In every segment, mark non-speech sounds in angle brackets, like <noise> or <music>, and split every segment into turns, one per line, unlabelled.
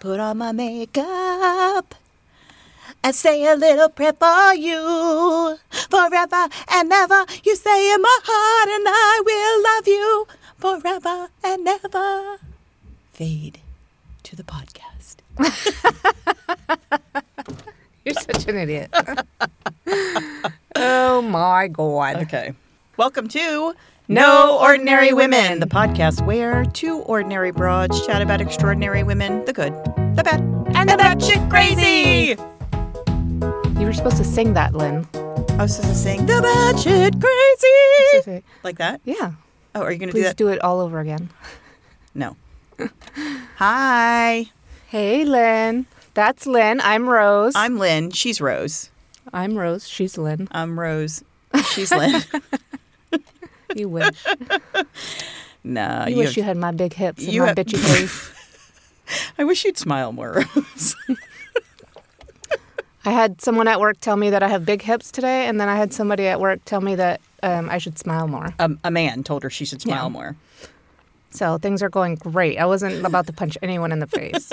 Put on my makeup. I say a little prayer for you forever and ever. You stay in my heart, and I will love you forever and ever. Fade to the podcast.
You're such an idiot. oh my god.
Okay. Welcome to No Ordinary Women, the podcast where two ordinary broads chat about extraordinary women the good, the bad, and the batshit crazy.
You were supposed to sing that, Lynn.
I was supposed to sing the batshit crazy. Like that?
Yeah.
Oh, are you going to do
Please
that?
do it all over again. <laughs>
No. Hi.
Hey, Lynn. That's Lynn. I'm Rose.
I'm Lynn. She's Rose.
I'm Rose. She's Lynn.
I'm Rose. She's
<laughs>
Lynn.
You <laughs> wish.
no,
You wish you had my big hips and
you
my
have-
<laughs> bitchy face.
I wish you'd smile
<laughs>
more, Rose.
I had someone at work tell me that I have big hips today, and then I had somebody at work tell me that um, I should smile more.
Um, a, a man told her she should smile
Yeah.
more.
So things are going great. I wasn't about to punch anyone in the <laughs> face.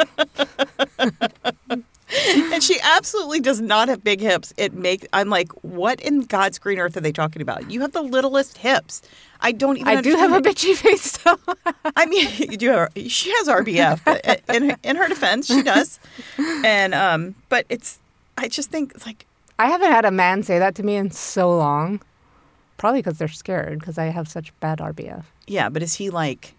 and she absolutely does not have big hips. It make I'm like, what in God's green earth are they talking about? You have the littlest hips. I don't even.
I do <laughs> have a
understand
bitchy face, though.
it. I mean, <laughs> you do. Have, she has RBF. but in in her defense, she
<laughs>
does. And um, but it's. I just think it's like
I haven't had a man say that to me in so long. Probably because they're scared because I have such bad RBF.
yeah, but is he like,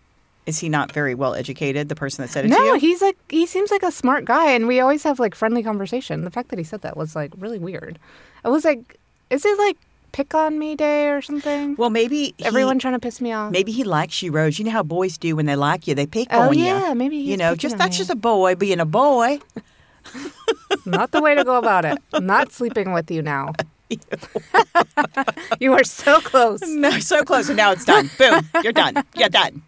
is he not very well educated? The person that said it to you.
No, he's like he seems like a smart guy, and we always have like friendly conversation. The fact that he said that was like really weird. I was like, is it like pick on me day or something?
well, maybe he-
Everyone trying to piss me off.
Maybe he likes you, Rose. You know how boys do when they like you; they pick
Oh,
on you.
yeah, maybe
you
he's
know.
picking
Just
on
that's
me.
just a boy being a boy.
<laughs> Not the way to go
<laughs>
about it. I'm not sleeping with you now. <laughs> you are so
<laughs>
close.
No, so close, and now it's
<laughs>
done. Boom, you're done. You're done.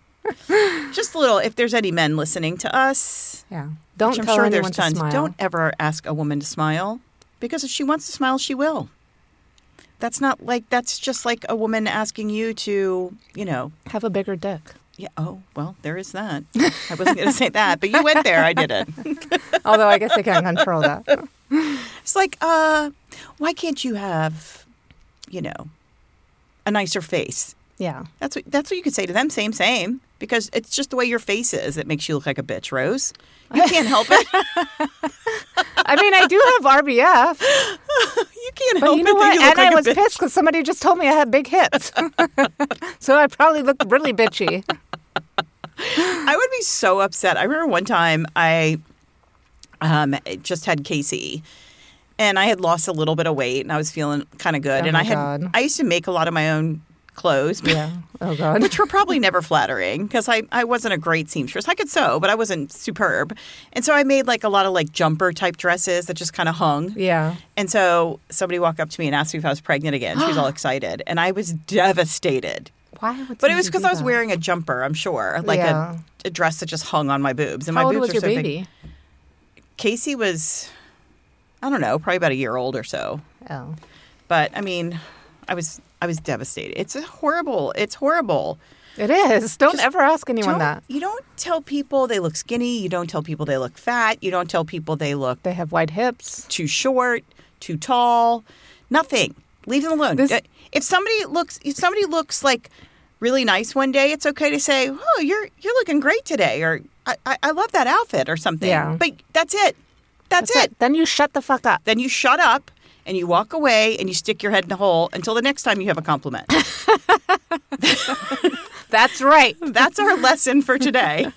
Just a little. If there's any men listening to us,
Yeah. Don't
which I'm
tell
sure
anyone
there's
to
tons,
smile.
don't ever ask a woman to smile because if she wants to smile, she will. That's not like that's just like a woman asking you to, you know,
have a bigger dick.
yeah. Oh, well, there is that. I wasn't going to say that, but you went there. I did it.
Although I guess they can't control that.
It's like, uh, why can't you have, you know, a nicer face?
Yeah.
That's what that's what you could say to them. Same, same. Because it's just the way your face is that makes you look like a bitch, Rose. You can't help
<laughs>
it.
I mean, I do have
<laughs>
RBF.
You can't
But
help
you
it.
know
that
what?
You look
and
like
I
a
was
bitch.
pissed because somebody just told me I had big hips. <laughs> so I probably looked really bitchy.
I would be so upset. I remember one time I um, just had Casey, and I had lost a little bit of weight, and I was feeling kind of good.
Oh
and
my
I had
God.
I used to make a lot of my own clothes.
Yeah. Oh god.
which were probably never flattering because I, I wasn't a great seamstress. I could sew, but I wasn't superb. And so I made like a lot of like jumper type dresses that just kind of hung.
Yeah.
And so somebody walked up to me and asked me if I was pregnant again. She was
<gasps>
all excited. And I was devastated.
Why would?
But it was
somebody
because
do
I was
that?
wearing a jumper, I'm sure, like
Yeah.
a, a dress that just hung on my boobs. And
How
my
old
boobs
was
are
your
so big.
baby?
Casey was, I don't know, probably about a year old or so.
Oh.
But I mean, I was I was devastated. It's horrible. It's horrible.
It is. Don't ever ask anyone
Don't-
that.
You don't tell people they look skinny. You don't tell people they look fat. You don't tell people they look
They have wide hips.
too short, too tall, nothing. Leave them alone. Uh,
This-
If somebody looks, if somebody looks like really nice one day, it's okay to say, "Oh, you're you're looking great today," or "I I, I love that outfit," or something.
Yeah.
But that's it. That's, it.
Then you shut the fuck up.
Then you shut up and you walk away and you stick your head in the hole until the next time you have a
<laughs>
compliment.
That's right.
that's our lesson for
<laughs>
today,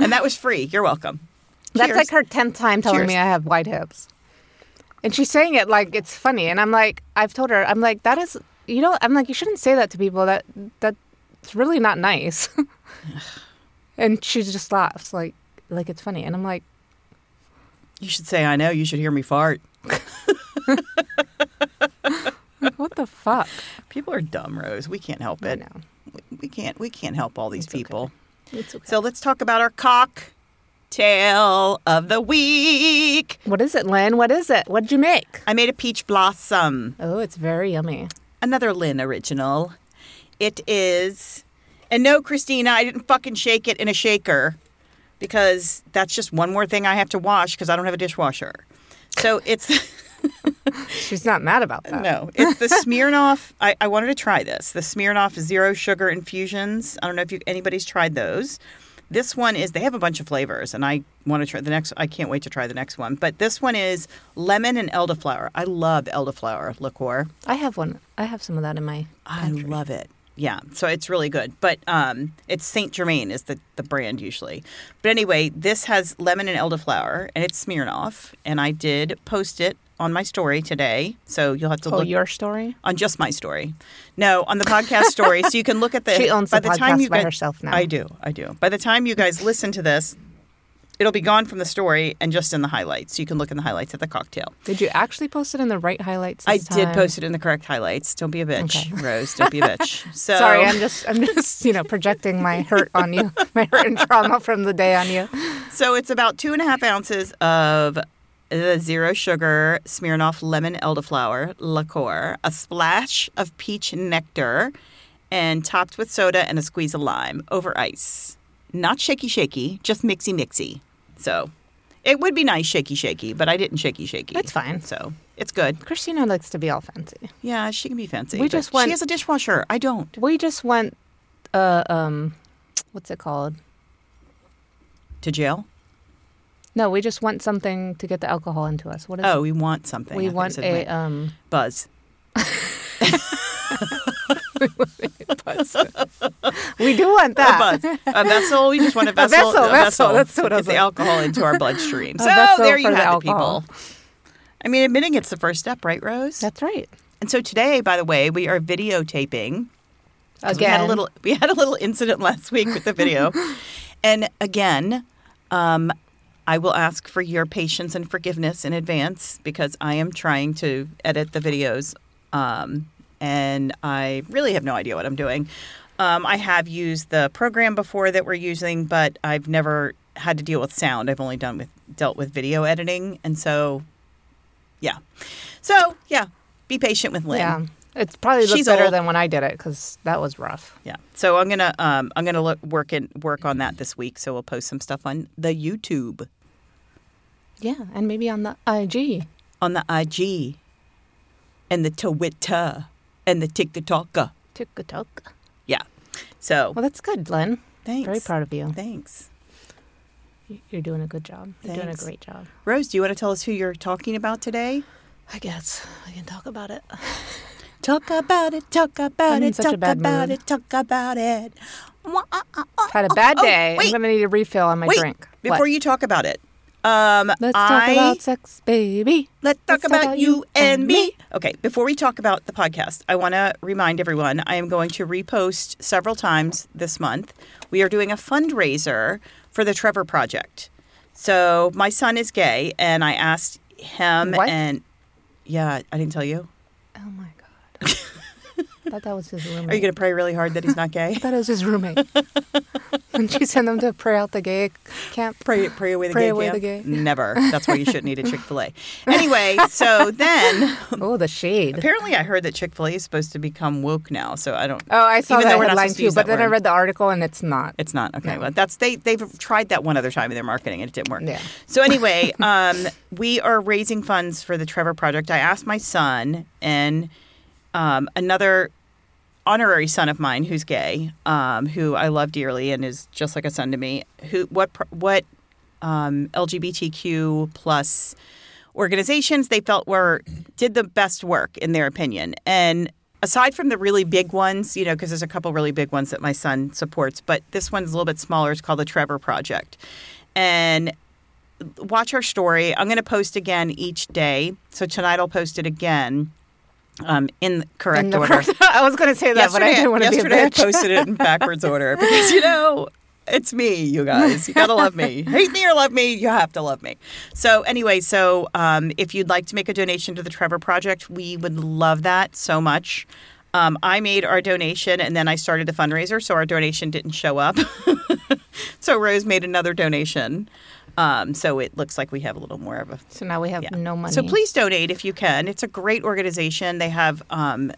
and that was free. You're welcome.
That's
Cheers.
like her tenth time telling
Cheers.
me I have wide hips, and she's saying it like it's funny. And I'm like, I've told her, I'm like, that is, you know, I'm like, you shouldn't say that to people. That that's really not nice. <laughs> and she just laughs, like, like it's funny. And I'm like,
You should say, I know. You should hear me fart.
like, what
<laughs>
the fuck?
People are dumb, Rose. We can't help
I
it.
know.
We- We can't. We can't help all these
It's okay.
people.
It's okay.
So let's talk about our cocktail of the week.
What is it, Lynn? What is it? What'd you make?
I made a peach blossom,
Oh, it's very yummy.
another Lynn original. It is, and no, Christina, I didn't fucking shake it in a shaker because that's just one more thing I have to wash because I don't have a dishwasher. So it's
She's not mad about that.
no, it's the Smirnoff. I, I wanted to try this. The Smirnoff Zero Sugar Infusions. I don't know if you, anybody's tried those. This one is they have a bunch of flavors, and I want to try the next. I can't wait to try the next one. But this one is lemon and elderflower. I love elderflower liqueur.
I have one. I have some of that in my.
I love it. Yeah, so it's really good. But um, it's Saint Germain is the, the brand usually. But anyway, this has lemon and elderflower, and it's Smirnoff. And I did post it on my story today, so you'll have to
Oh,
look
your story.
on just my story. No, on the podcast story. so you can look at the.
<laughs> She owns
by
the
the time
podcast
you
by
guys-
herself now.
I do. I do. By the time you guys listen to this, it'll be gone from the story and just in the highlights. So you can look in the highlights at the cocktail.
Did you actually post it in the right highlights?
I
This
did
time?
post it in the correct highlights. Don't be a bitch, Rose. Don't be a
<laughs>
bitch. So
Sorry, I'm just, I'm just, you know, projecting my hurt on you, <laughs> my hurt and trauma from the day on you.
So it's about two and a half ounces of the zero sugar Smirnoff lemon elderflower liqueur, a splash of peach nectar, and topped with soda and a squeeze of lime over ice. Not shaky shaky, just mixy mixy. So it would be nice shaky shaky, but I didn't shaky shaky.
That's fine.
So it's good.
Christina likes to be all fancy.
Yeah, she can be fancy.
We
but
just went-
She has a dishwasher. I don't.
We just went, uh, um, what's it called?
To jail?
No, we just want something to get the alcohol into us. What is
Oh, we want something.
it?
I
We
thought you
want
said
a
went.
um.
<laughs> buzz.
<laughs> We do want that.
a buzz. A vessel. We
<laughs>
just want a vessel.
vessel, vessel, that's what
to get
I was
the
like.
alcohol into
<laughs>
our bloodstream. so
vessel
there you
for the
have it,
alcohol.
people. I mean, admitting it's the first step, right, Rose?
That's right.
and so today, by the way, we are videotaping. 'cause we
Again,
had a little. We had a little incident last week with the video, and again, um, I will ask for your patience and forgiveness in advance because I am trying to edit the videos, um, and I really have no idea what I'm doing. Um, I have used the program before that we're using, but I've never had to deal with sound. I've only done with dealt with video editing, and so, yeah, so yeah, be patient with Lynn.
yeah. It's probably looked
She's
better
old.
than when I did it because that was rough.
Yeah. So I'm gonna um, I'm gonna look, work in, work on that this week. So we'll post some stuff on the YouTube,
Yeah, and maybe on the IG.
on the IG, and the Twitter, and the TikToker.
TikTok.
Yeah. So
Well, that's good, Lynn.
thanks.
Very proud of you.
Thanks.
You're doing a good job. You're doing a
Thanks.
great job.
Rose, do you want to tell us who you're talking about today?
I guess I can talk about it.
Talk about it. Talk about
I'm in
it.
such a
Talk
bad
about
mood.
it. Talk about it. Wah, ah, ah, ah,
Had a
ah,
bad
oh,
day. I'm
wait,
gonna need a refill on my
wait.
drink.
Before
What?
you talk about it, um,
Let's
I,
talk about sex, baby.
Let's talk
Let's
about, you and me. Okay, before we talk about the podcast, I want to remind everyone I am going to repost several times this month. We are doing a fundraiser for the Trevor Project. So my son is gay, and I asked him,
What?
and yeah, I didn't tell you.
Oh my god. <laughs> I thought that was his roommate.
Are you going to pray really hard that he's not
<laughs>
gay? <laughs>
I thought it was his roommate. and she sent him to pray out the gay camp.
Pray, pray away the
Pray
gay.
away
camp?
the gay.
Never. That's why you shouldn't eat a Chick Fil A. Anyway,
<laughs>
so then
Oh, the shade.
apparently I heard that Chick Fil A is supposed to become woke now. So I don't.
Oh, I saw
even though
that
we're not
headline
supposed to
too,
use
but
that
then I
word.
read the article and it's not.
It's not okay.
No.
Well, that's they they've tried that one other time in their marketing and it didn't work.
Yeah.
So anyway,
<laughs>
um, we are raising funds for the Trevor Project. I asked my son and um, another honorary son of mine who's gay, um, who I love dearly and is just like a son to me. Who what pro- what um, LGBTQ plus organizations they felt were did the best work in their opinion and aside from the really big ones you know because there's a couple really big ones that my son supports but this one's a little bit smaller it's called the trevor project and watch our story i'm going to post again each day so tonight i'll post it again um, in the correct
In the
order
<laughs> first- I was gonna say that, but I didn't want to be a
yesterday I
bitch.
posted it
<laughs>
in backwards order because you know it's me, you guys. You gotta love
<laughs>
me. Hate me or love me, you have to love me. So anyway, so um, if you'd like to make a donation to the Trevor Project, we would love that so much. Um, I made our donation and then I started a fundraiser, so our donation didn't show up. <laughs> so Rose made another donation. Um, so it looks like we have a little more of a
So now we have
yeah.
no money.
so please donate if you can. It's a great organization. They have um,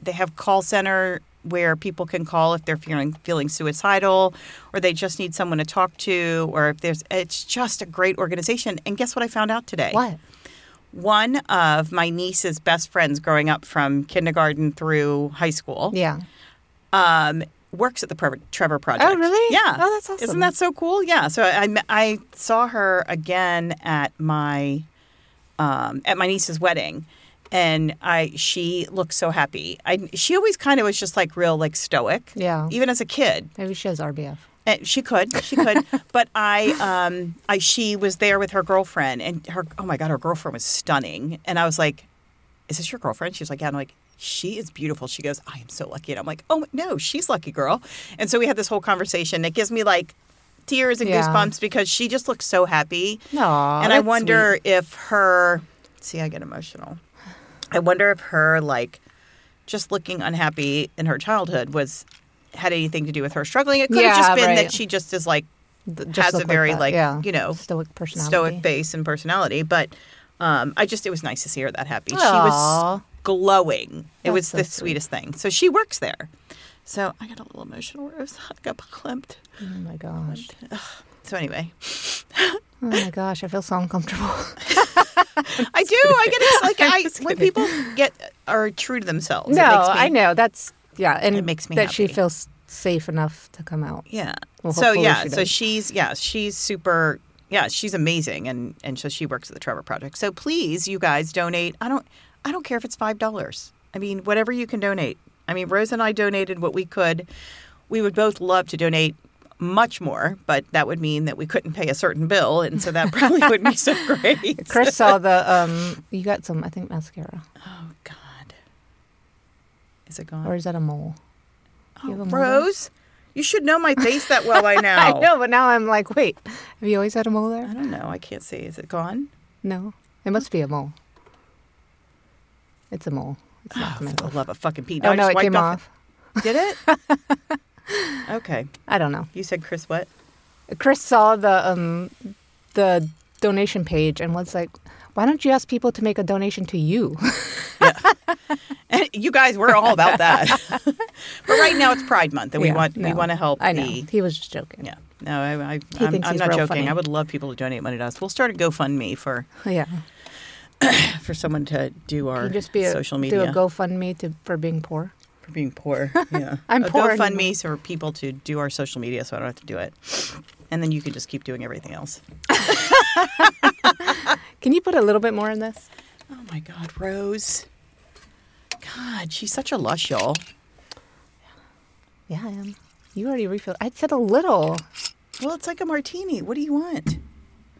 they have call center where people can call if they're feeling feeling suicidal or they just need someone to talk to or if there's it's just a great organization and guess what I found out today?
What?
One of my niece's best friends growing up from kindergarten through high school
Yeah.
um, works at the Pre- Trevor Project.
Oh, really?
Yeah.
Oh, that's awesome.
Isn't that so cool? Yeah. So I, I- I saw her again at my um, at my niece's wedding, and I she looked so happy. I she always kind of was just like real like stoic.
Yeah.
Even as a kid,
Maybe she has RBF.
and Eh, she could, she could. but I, um, I, she was there with her girlfriend, and her. Oh my god, her girlfriend was stunning. And I was like, "Is this your girlfriend?" She was like, "Yeah." And I'm like, "She is beautiful." She goes, "I am so lucky," and I'm like, "Oh no, she's lucky, girl." And so we had this whole conversation. It gives me like tears and
Yeah.
goosebumps because she just looks so happy.
No.
and I wonder if her. See, I get emotional. I wonder if her like just looking unhappy in her childhood was had anything to do with her struggling. It could
Yeah,
have just been
right.
that she just is like
Th-
has a
look
very,
that.
like,
yeah.
you know,
stoic personality.
stoic face and personality. But um, I just it was nice to see her that happy. She was
Aw.
glowing. It was
That's so
the
sweet.
sweetest thing. So she works there. So I got a little emotional. Rose. I <laughs> got clamped.
Oh my gosh.
So anyway,
Oh my gosh. I feel so uncomfortable. <laughs>
I do. I get ex- like
I'm
I
just
when
kidding.
people get are true to themselves.
no,
it makes me,
I know. That's yeah, and
It makes me
that she
happy.
feels safe enough to come out.
Yeah.
Well,
so
hopefully
yeah,
she
so
does.
she's yeah, she's super yeah, she's amazing and and so she works at the Trevor Project. So please you guys donate. I don't I don't care if it's $5. I mean, whatever you can donate. I mean, Rose and I donated what we could. We would both love to donate much more, but that would mean that we couldn't pay a certain bill and so that probably wouldn't be
<laughs>
so great.
Chris saw <laughs> the um you got some I think mascara.
Oh god. Is it
Or
gone?
is that a mole?
Oh,
you have a mole?
Rose, you should know my face that well by now.
<laughs> I know, but now I'm like, wait, have you always had a mole
I
there?
don't know. I can't see. Is it gone?
No. It must be a mole. It's a mole. It's not
Oh,
tomato.
I love a fucking peanut.
oh no, it came off.
Did it?
<laughs>
okay.
I don't know.
You said Chris what? <laughs>
Chris saw the um the donation page and was like, why don't you ask people to make a donation to you?
you guys, we're all about
<laughs>
that. but right now it's Pride Month, and we
Yeah,
want we
no.
want to help.
I know.
The,
He was just joking.
yeah. No, I, I,
He
I'm,
thinks
I'm
he's
not
real
joking.
funny.
I would love people to donate money to us. We'll start a GoFundMe for
Yeah.
for someone to do
Can
our
you just be a,
social
do a
media
GoFundMe to for being poor.
for being
<laughs>
poor. Yeah,
I'm
a
poor anymore.
GoFundMe so for people to do our social media, so I don't have to do it. And then you can just keep doing everything else.
Can you put a little bit more in this?
Oh my God, Rose. God, she's such a lush, y'all.
Yeah, I am. You already refilled. I said a little.
Well, it's like a martini. What do you want?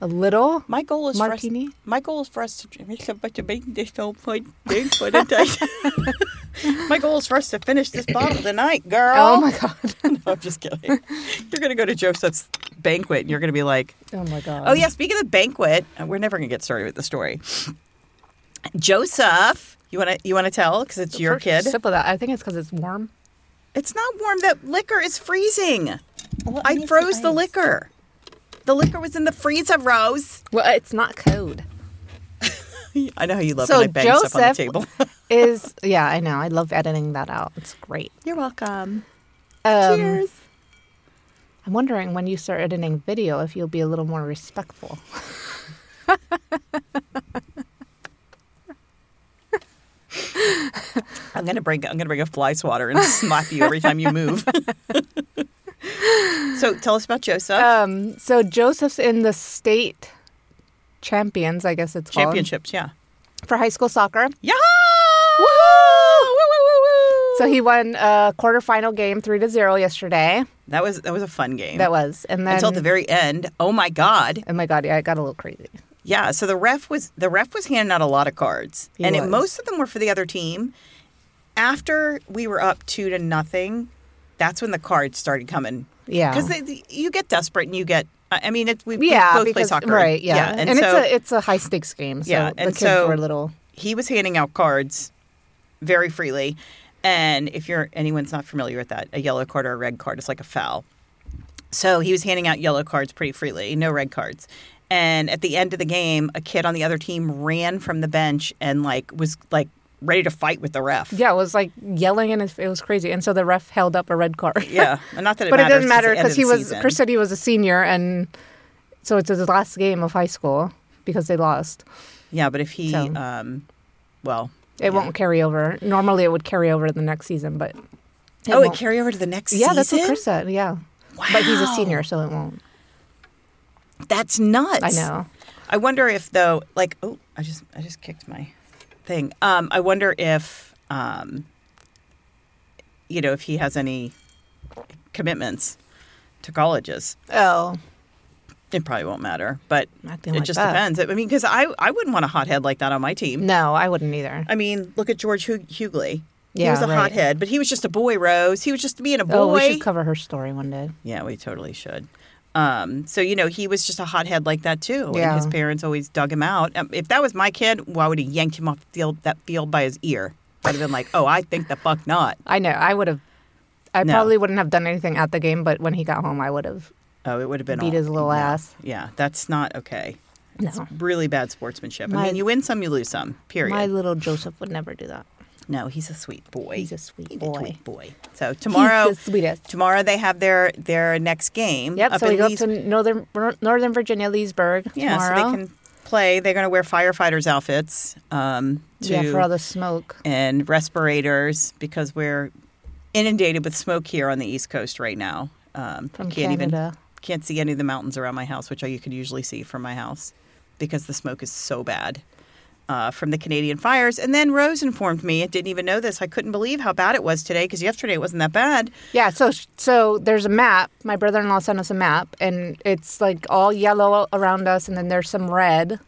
A little?
My goal is
Martini?
For us, my goal is for us to make a bunch of big dish don't point big for the
<laughs>
day. My goal is for us to finish this bottle tonight, girl.
Oh my god. <laughs>
No, I'm just kidding. You're gonna go to Joseph's banquet and you're gonna be like,
Oh my god.
oh yeah. Speaking of the banquet, uh, we're never gonna get started with the story. Joseph, you wanna you wanna tell because it's your
First
kid.
Sip of that. I think it's because it's warm.
It's not warm. That liquor is freezing. I froze the liquor. The liquor was in the freezer, Rose.
Well, it's not cold.
I know how you love
So
when I bang stuff on the
Joseph- <laughs>
table. <laughs>
Is yeah, I know. I love editing that out. It's great.
You're welcome.
Um, I'm wondering when you start editing video if you'll be a little more respectful.
I'm gonna bring I'm gonna bring a fly swatter
<laughs>
and smack you every time you move. so tell us about Joseph
Um, so Joseph's in the state champions, I guess it's called,
championships. Yeah.
for high school soccer.
Yeah.
So he won a quarterfinal game three to zero yesterday.
That was that was a fun game.
That was, and then
Mm-hmm. until the very end. Oh my god.
oh my god, yeah, it got a little crazy.
Yeah. So the ref was the ref was handing out a lot of cards,
He
and it,
was.
most of them were for the other team. After we were up two to nothing, that's when the cards started coming.
Yeah,
Because you get desperate and you get. I I mean, it, we, we
yeah,
both play
because-
soccer,
right? Yeah,
and,
and,
so
it's a it's a high stakes game. So
Yeah,
the
and
kids
so-
were a little
he was handing out cards very freely. And if you're anyone's not familiar with that, a yellow card or a red card is like a foul. So he was handing out yellow cards pretty freely, no red cards. And at the end of the game, a kid on the other team ran from the bench and like was like ready to fight with the ref.
Yeah, it was like yelling and it was crazy. And so the ref held up a red card.
Yeah, and not that it
<laughs> but it
matters
doesn't matter
it's the end of
because he
the
was
season.
Chris said he was a senior, and so it's his last game of high school because they lost.
Yeah, but if he,
So.
um, well,
It won't carry over. Normally, it would carry over to the next season, but it
oh, it
won't.
carry over to the next
yeah,
season.
that's what Chris said. Yeah, but he's a
Wow.
senior, so it won't.
That's nuts.
I know.
I wonder if though, like, oh, I just I just kicked my thing. Um, I wonder if, um, you know, if he has any commitments to colleges.
Oh,
It probably won't matter, but
Acting
it
like
just
that.
depends. I mean, because I I wouldn't want a hothead like that on my team.
no, I wouldn't either.
I mean, look at George Hu- Hughley. He
Yeah,
was a
right.
hothead, but he was just a boy, Rose. He was just being a boy.
Oh, we should cover her story one day.
Yeah, we totally should. Um, so you know, he was just a hothead like that too,
Yeah.
and his parents always dug him out. Um, if that was my kid, well, I would have yanked him off the field, that field by his ear. I'd have been like, "Oh, I think the fuck not."
I know. I would have. I
No.
probably wouldn't have done anything at the game, but when he got home, I would have
Oh, it would have been
beat
all,
his little
yeah.
ass.
Yeah, that's not okay. It's
No.
really bad sportsmanship. I
My-
mean, you win some, you lose some. Period.
My little Joseph would never do that.
no, he's a sweet boy.
He's a sweet
He's
boy.
a sweet boy. So tomorrow,
He's the sweetest.
tomorrow they have their their next game.
Yep.
up
so we
in
go up
Lees-
to northern Northern Virginia, Leesburg
yeah,
tomorrow.
so they can play. They're going to wear firefighters outfits. Um, to,
yeah, for all the smoke.
and respirators because we're inundated with smoke here on the East Coast right now. Um,
From
can't even
Canada.
can't see any of the mountains around my house, which I you could usually see from my house because the smoke is so bad uh, from the Canadian fires. And then Rose informed me; I didn't even know this. I couldn't believe how bad it was today because yesterday it wasn't that bad.
Yeah. So so there's a map. My brother-in-law sent us a map, and it's like all yellow around us, and then there's some red,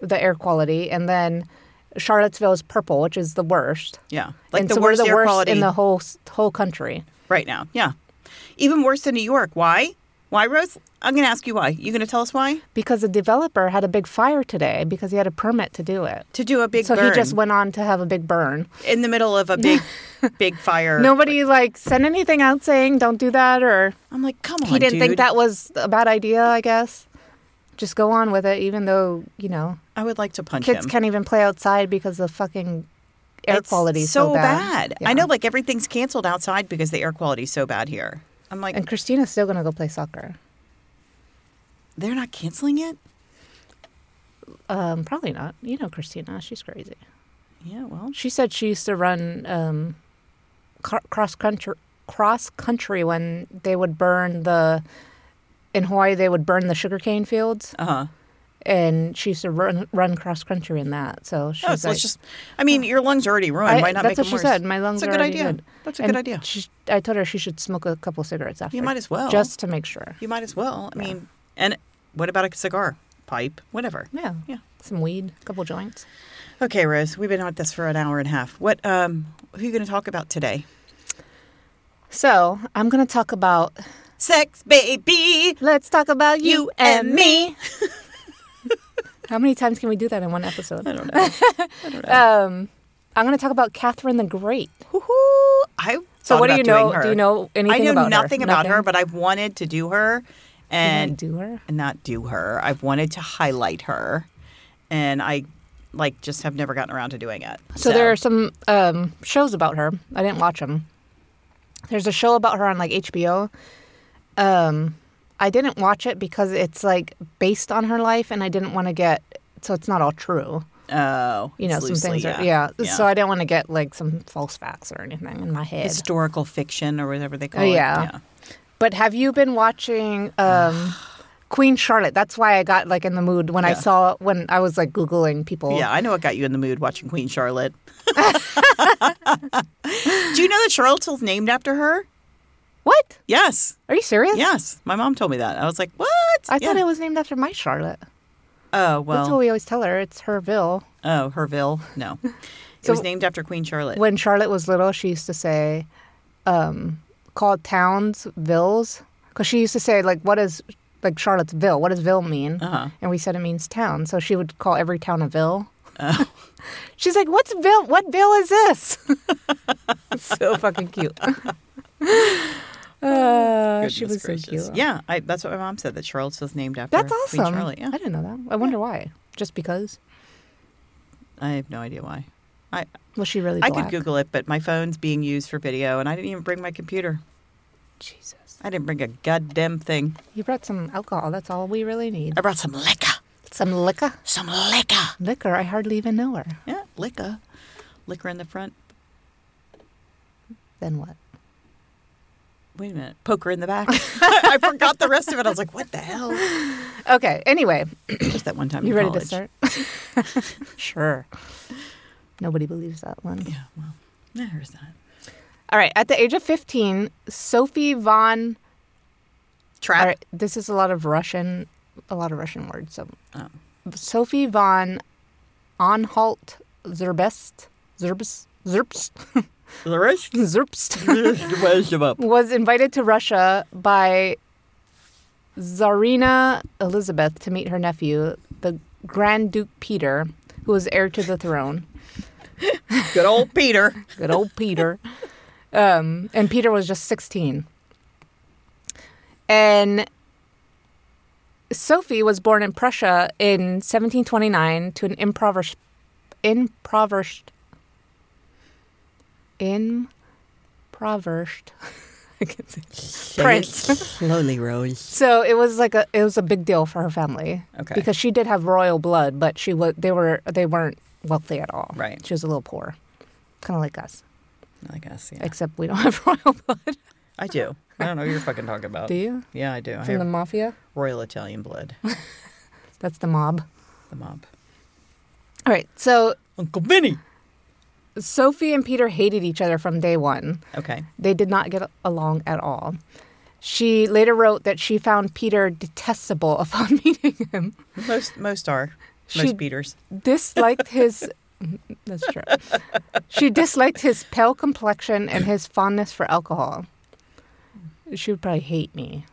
the air quality, and then Charlottesville is purple, which is the worst.
Yeah, like
and
the
so
worst
we're the
air
worst
quality
in the whole s- whole country.
right now. Yeah, even worse than New York. Why? Why, Rose? I'm going to ask you why. You going to tell us why?
because the developer had a big fire today because he had a permit to do it.
To do a big
so
burn
he just went on to have a big burn.
in the middle <laughs> of a big, big fire.
Nobody like sent anything out saying don't do that or
I'm like, come on.
he didn't think
dude.
that was a bad idea, I guess. Just go on with it even though, you know,
I would like to punch
kids
him.
can't even play outside because the fucking air
It's
quality is so,
bad. I
Yeah.
know, like everything's canceled outside because the air quality's so bad here. I'm like,
And Christina's still going to go play soccer.
they're not canceling it.
Um, probably not. You know Christina, she's crazy.
Yeah, well,
She said she used to run um, cr- cross country cross country when they would burn the in Hawaii they would burn the sugarcane fields
uh huh.
and she used to run run cross country in that. So she
Oh,
was
so
like-
it's just. I mean, your lungs are already ruined.
I-
Why not make
that's
them
what she
worse?
said. My lungs
That's a
are
good
already
idea.
good.
That's a good
And
idea.
she- I told her she should smoke a couple cigarettes after.
You might as well.
just to make sure.
You might as well. I mean, and what about a cigar, pipe, whatever?
Yeah.
Yeah.
Some weed, a couple joints.
Okay, Rose, we've been at this for an hour and a half. What um, who you going to talk about today?
So I'm gonna talk about
Sex, baby,
let's talk about you,
you and me.
How many times can we do that in one episode?
I
<laughs>
don't know.
Um, I'm going to talk about Catherine the Great.
Woohoo! I
So
thought
what do
about
you
doing
know-
her.
do you know anything
I know
about her?
nothing about her,
Nothing?
but I've wanted to do her and
do her.
and not do her. I've wanted to highlight her, and I like just have never gotten around to doing it.
So, there are some um, shows about her. I didn't watch them. There's a show about her on like HBO. Um, I didn't watch it because it's like based on her life, and I didn't want to get so it's not all true.
oh,
You know,
it's
some
loosely,
things are
yeah.
yeah. So I didn't want to get like some false facts or anything in my head.
historical fiction or whatever they call
Oh,
it.
yeah. But have you been watching
<sighs>
um, Queen Charlotte? That's why I got like in the mood when I
Yeah.
saw when I was like googling people.
Yeah, I know what got you in the mood watching Queen
<laughs>
Charlotte. do you know that Charlottesville's named after her?
What?
Yes,
Are you serious?
yes. My mom told me that. I was like, "What?"
I
yeah.
thought it was named after my Charlotte.
Oh
That's
well,
what we always tell her. It's her Ville.
Oh, Herville?
<laughs>
No. it
So-
was named after Queen Charlotte.
When Charlotte was little, she used to say, um, call towns villes. Because she used to say, like, what is, like, Charlotte's ville? What does ville mean?
Uh-huh.
And we said it means town. So she would call every town a ville.
Oh.
<laughs> She's like, what's ville? What ville is this? <laughs> It's so
<laughs>
fucking cute. Uh, she was
Goodness gracious.
so cute.
Yeah, I, that's what my mom said, that Charlottesville's named after
That's
Queen
awesome.
Charlotte. Yeah.
I didn't know that. I wonder why. Just because.
I have no idea why. I
Was she really
I
black?
could Google it, but my phone's being used for video, and I didn't even bring my computer.
Jesus.
I didn't bring a goddamn thing.
You brought some alcohol. That's all we really need.
I brought some liquor.
Some liquor.
Some liquor.
Liquor. I hardly even know her.
Yeah, liquor. Liquor in the front.
Then what?
Wait a minute. Poker in the back. <laughs> I forgot the rest of it. I was like, what the hell?
<coughs> Okay. Anyway,
Just that one time.
you
in
ready to
college.
start?
<laughs>
sure. Nobody believes that one.
Yeah, well, there's that.
All right. At the age of 15, Sophie von.
Trap.
All right, this is a lot of Russian, a lot of Russian words. So,
Oh.
Sophie von Anhalt Zerbest Zerbst Zerbst <laughs>
The rest
Zerbst
<laughs> is the rest of up.
was invited to Russia by Tsarina Elizabeth to meet her nephew, the Grand Duke Peter, who was heir to the throne.
Good old Peter.
Good old Peter. Um, and Peter was just 16. And Sophie was born in Prussia in 1729 to an impoverished, impoverished, impoverished. <laughs> I can't say. Prince. <laughs>
Slowly, Rose.
So it was like a it was a big deal for her family
Okay.
because she did have royal blood, but she was they were they weren't wealthy at all.
Right.
she was a little poor, kind of like us,
I guess, yeah.
except we don't <laughs> have royal blood.
I do. I don't know what you're fucking talking about.
<laughs> Do you?
Yeah, I do. I
From the
have
mafia?
royal Italian blood.
That's the mob.
The
<laughs>
mob.
All right. So
Uncle Vinny.
Sophie and Peter hated each other from day one.
Okay.
They did not get along at all. She later wrote that she found Peter detestable <laughs> upon meeting him.
Most most are. Most
She- <laughs>
Peters.
disliked his. <laughs> That's true. She disliked his pale complexion and his fondness for alcohol. She would probably hate me.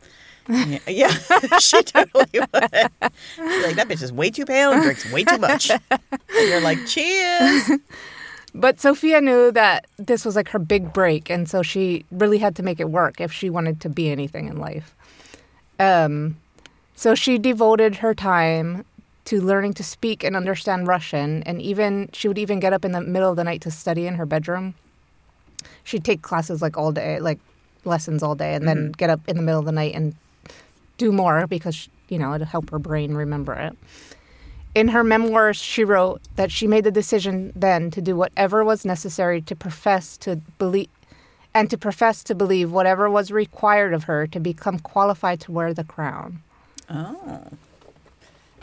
Yeah. yeah. <laughs> she totally would. She's like, that bitch is way too pale and drinks way too much. And you're like,
<laughs>
cheers.
But Sophia knew that this was like her big break, and so she really had to make it work if she wanted to be anything in life. Um, so she devoted her time to learning to speak and understand Russian, and even she would even get up in the middle of the night to study in her bedroom. She'd take classes like all day, like lessons all day, and then get up in the middle of the night and do more because you know it'll help her brain remember it. In her memoirs, she wrote that she made the decision then to do whatever was necessary to profess to believe and to profess to believe whatever was required of her to become qualified to wear the crown.
Oh.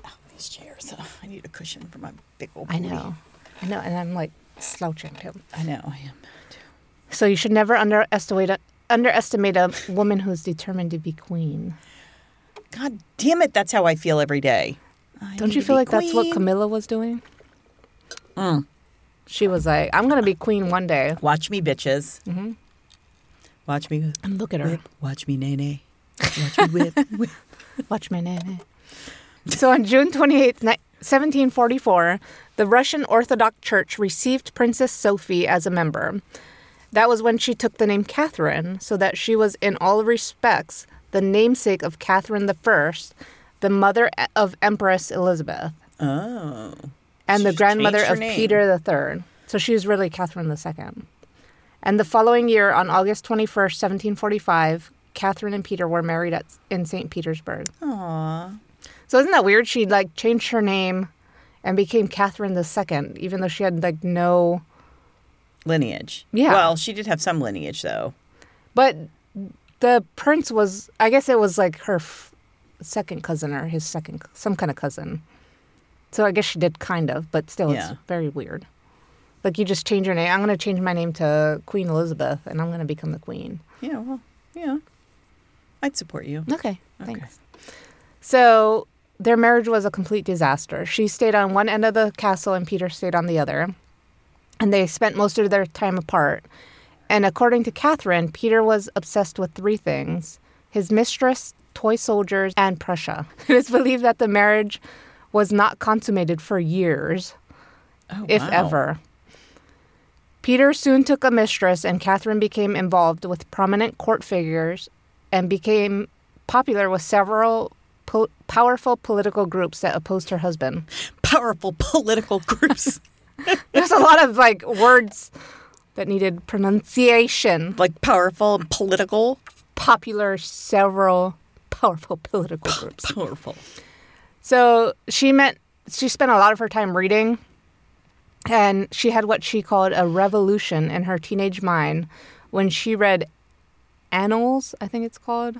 Oh, these chairs. Oh, I need a cushion for my big old
I
booty.
know. I know, and I'm like slouching too.
I know. I am. too.
So you should never underestimate a, underestimate a woman who's determined to be queen.
God damn it. That's how I feel every day. I
Don't
need
you
to
feel
be
like that's what
queen.
Camilla was doing?
Mm.
She was like, "I'm gonna be queen one day."
Watch me, bitches. Mm-hmm. Watch me whip.
And look at her.
whip. Watch me, nay, nay. Watch me
<laughs>
whip. whip.
Watch my name. eh, So on June 28, 1744, the Russian Orthodox Church received Princess Sophie as a member. That was when she took the name Catherine, so that she was in all respects the namesake of Catherine I, the mother e-, of Empress Elizabeth,
Oh.
and
She
the
changed
grandmother
her
of
name.
Peter III. So she was really Catherine II. And the following year, on August 21st, 1745, Catherine and Peter were married at, in St. Petersburg.
Aw.
So isn't that weird? She like changed her name and became Catherine II, even though she had like no.
Lineage.
Yeah.
Well, she did have some lineage, though.
But the prince was, I guess it was like her f- second cousin or his second, some kind of cousin. So I guess she did kind of, but still,
Yeah.
it's very weird. Like you just change your name. I'm gonna change my name to Queen Elizabeth, and I'm gonna become the queen.
Yeah, well, yeah. I'd support you.
Okay, thanks. So their marriage was a complete disaster. She stayed on one end of the castle and Peter stayed on the other. And they spent most of their time apart. And according to Catherine, Peter was obsessed with three things his mistress, toy soldiers, and Prussia. <laughs> It is believed that the marriage was not consummated for years
Oh,
if
wow.
ever. Peter soon took a mistress, and Catherine became involved with prominent court figures and became popular with several po- powerful political groups that opposed her husband. <laughs>
Powerful political groups.
There's a lot of like words that needed pronunciation.
Like powerful and political.
Popular, several powerful political groups.
Powerful.
So she meant she spent a lot of her time reading, and she had what she called a revolution in her teenage mind when she read Annals, I think it's called,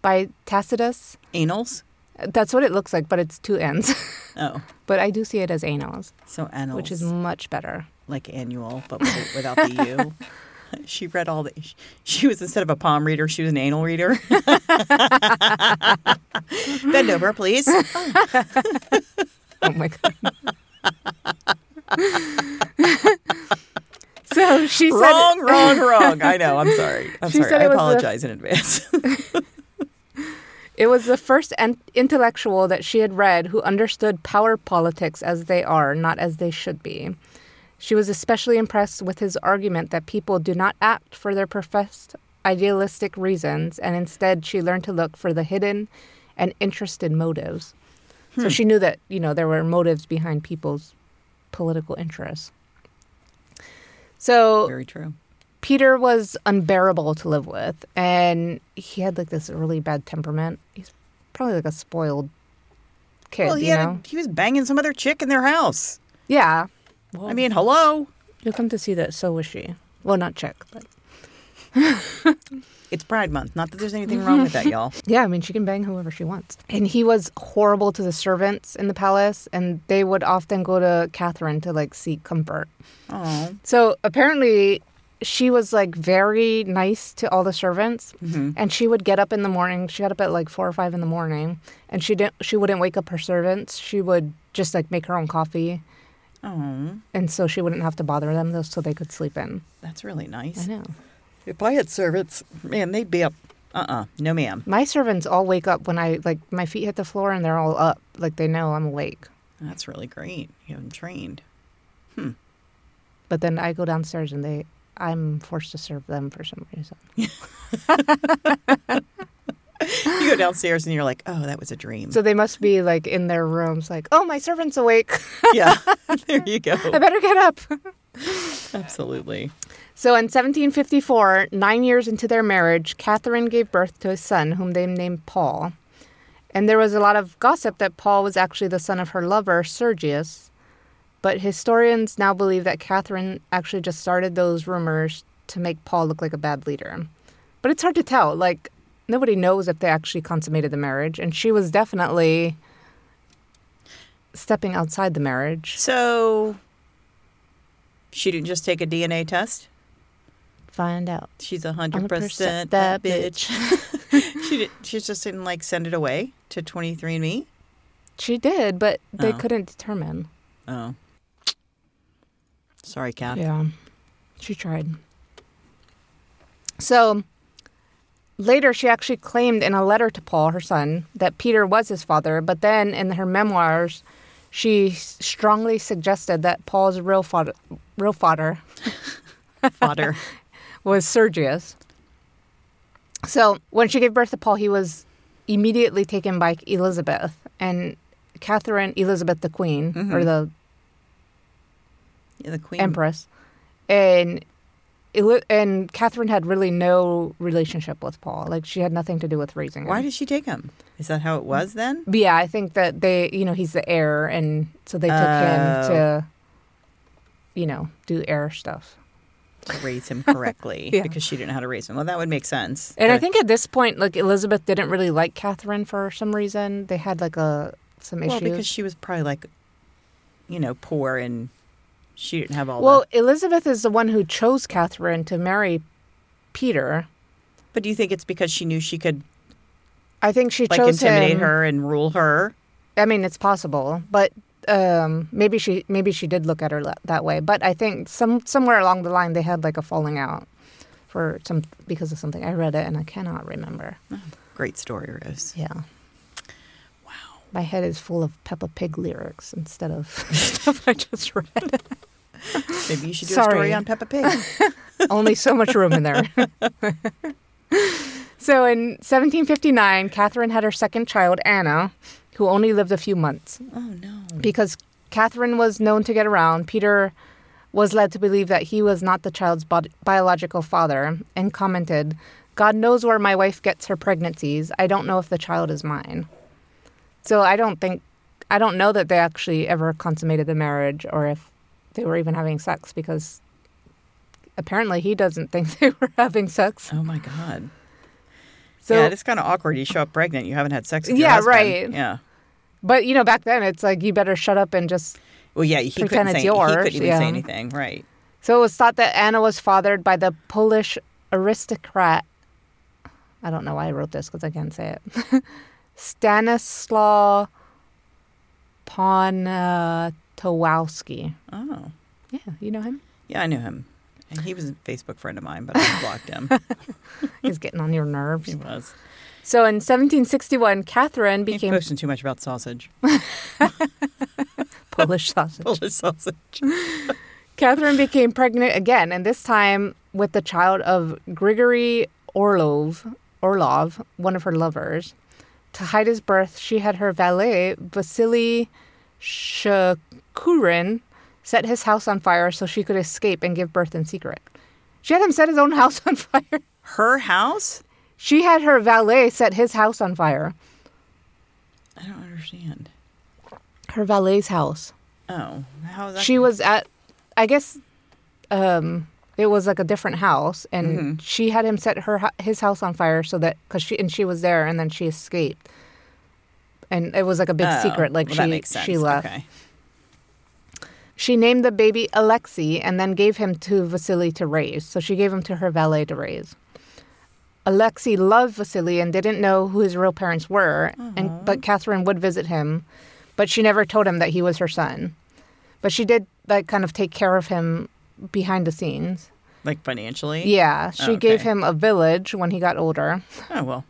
by Tacitus.
Anals.
That's what it looks like, but it's two N's. <laughs>
Oh,
but I do see it as Annals,
so annals.
which is much better.
like annual, but with- without the
<laughs>
U. She read all the. sh- She was instead of a palm reader, she was an anal
<laughs>
reader. Bend over, please.
Oh my god. <laughs> so she said
wrong, wrong, wrong. I know.
<laughs>
I'm sorry. I'm
She
sorry.
said
I
it was the-
apologize in
<laughs>
advance.
it was the first an- intellectual that she had read who understood power politics as they are, not as they should be. She was especially impressed with his argument that people do not act for their professed idealistic reasons, and instead she learned to look for the hidden and interested motives. So she knew that, you know, there were motives behind people's political interests. So
Very true.
Peter was unbearable to live with, and he had like this really bad temperament. He's probably like a spoiled kid,
Well, he,
you
had
know?
a, he was banging some other chick in their house.
Yeah.
I mean, hello.
You'll come to see that so was she. Well, not Czech, but
It's Pride Month. Not that there's anything wrong
<laughs>
with that, y'all.
yeah, I mean, she can bang whoever she wants. And he was horrible to the servants in the palace, and they would often go to Catherine to like seek comfort.
Oh,
So apparently, she was like very nice to all the servants, and she would get up in the morning. She got up at like four or five in the morning, and she didn't. She wouldn't wake up her servants. She would just like make her own coffee,
oh,
and so she wouldn't have to bother them, though, so they could sleep in.
that's really
I
nice.
know.
If I had servants, man, they'd be up. Uh uh No, ma'am.
My servants all wake up when I like my feet hit the floor, and they're all up. Like they know I'm awake.
That's really great. You have them trained.
But then I go downstairs, and they. I'm forced to serve them for some reason.
You go downstairs and you're like, oh, that was a dream.
So they must be like in their rooms, like, oh, my servant's awake. <laughs>
yeah, there you go.
I better get up.
Absolutely.
So in 1754, nine years into their marriage, Catherine gave birth to a son whom they named Paul. And there was a lot of gossip that Paul was actually the son of her lover, Sergius. But historians now believe that Catherine actually just started those rumors to make Paul look like a bad leader. But it's hard to tell. Like, nobody knows if they actually consummated the marriage. And she was definitely stepping outside the marriage.
So she didn't just take a DNA test.
Find out.
She's a hundred
100%
percent that
that
bitch. <laughs> she did, she just didn't like send it away to 23andMe.
She did, but they
Oh.
couldn't determine.
Oh, sorry, Kat.
Yeah, she tried. So later, she actually claimed in a letter to Paul, her son, that Peter was his father, but then in her memoirs, she s- strongly suggested that Paul's real father, real father <laughs>
Fodder.
was Sergius. So when she gave birth to Paul, he was immediately taken by Elizabeth and Catherine, Elizabeth the Queen, or the
Yeah, the queen.
empress, and Eli- and Catherine had really no relationship with Paul. Like she had nothing to do with raising him.
Why did she take him? Is that how it was
<laughs>
then?
But yeah, I think that they, you know, he's the heir, and so they took him
Oh.
to, you know, do heir stuff.
To raise him correctly
Yeah.
because she didn't know how to raise him. Well, that would make sense.
And I
But-
think at this point, like Elizabeth didn't really like Catherine for some reason. They had like a some
well,
issues.
because she was probably like, you know, poor and she didn't have all.
well,
the,
Elizabeth is the one who chose Catherine to marry Peter.
but do you think it's because she knew she could
I think she
like
chose
intimidate
him.
her and rule her?
I mean, it's possible, but um, maybe she maybe she did look at her la- that way. But I think some somewhere along the line they had like a falling out for some because of something. I read it and I cannot remember.
Great story, Rose.
Yeah. Wow. My head is full of Peppa Pig lyrics instead of <laughs> stuff I just read.
Maybe you should do a
Sorry.
story on Peppa
<laughs>
Pig.
Only so much room in there. <laughs> so in 1759, Catherine had her second child, Anna, who only lived a few months.
oh no.
because Catherine was known to get around. Peter was led to believe that he was not the child's bod- biological father and commented, God knows where my wife gets her pregnancies. I don't know if the child is mine. So I don't think, I don't know that they actually ever consummated the marriage or if they were even having sex because apparently he doesn't <laughs> think they were having sex.
Oh my god.
So,
yeah, it's kind of awkward. You show up pregnant. You haven't had sex. With your
Yeah,
husband.
right.
Yeah.
but you know, back then it's like you better shut up and just
Well, yeah. He
Pretend
couldn't
it's
say. he
yours,
couldn't even
yeah.
say anything. Right.
So it was thought that Anna was fathered by the Polish aristocrat. I don't know why I wrote this because I can't say it. <laughs> Stanislaw Poniatowski.
Oh.
Yeah, you know him.
Yeah, I knew him. And He was a Facebook friend of mine, but I blocked
<laughs>
him.
He's getting on your nerves.
he was.
So in 1761, Catherine
He
became
posting too much about sausage.
Polish sausage.
Polish sausage.
Catherine became pregnant again, and this time with the child of Grigory Orlov, Orlov, one of her lovers. To hide his birth, she had her valet, Vasily Shakurin, set his house on fire so she could escape and give birth in secret. She had him set his own <laughs> house on fire.
Her house?
She had her valet set his house on fire.
I don't understand.
Her valet's house.
Oh, how is that?
she was at i guess um it was like a different house and
Mm-hmm.
she had him set her hu- his house on fire so that because she and she was there and then she escaped and it was like a big
Oh,
secret like
well,
she
that makes sense.
she left
Okay.
she named the baby Alexei and then gave him to Vasily to raise. So she gave him to her valet to raise. Alexei loved Vasily and didn't know who his real parents were, and but Catherine would visit him, but she never told him that he was her son. But she did like kind of take care of him behind the scenes.
Like financially?
Yeah, she
Oh,
gave
okay.
him a village when he got older.
Oh
<laughs>
well.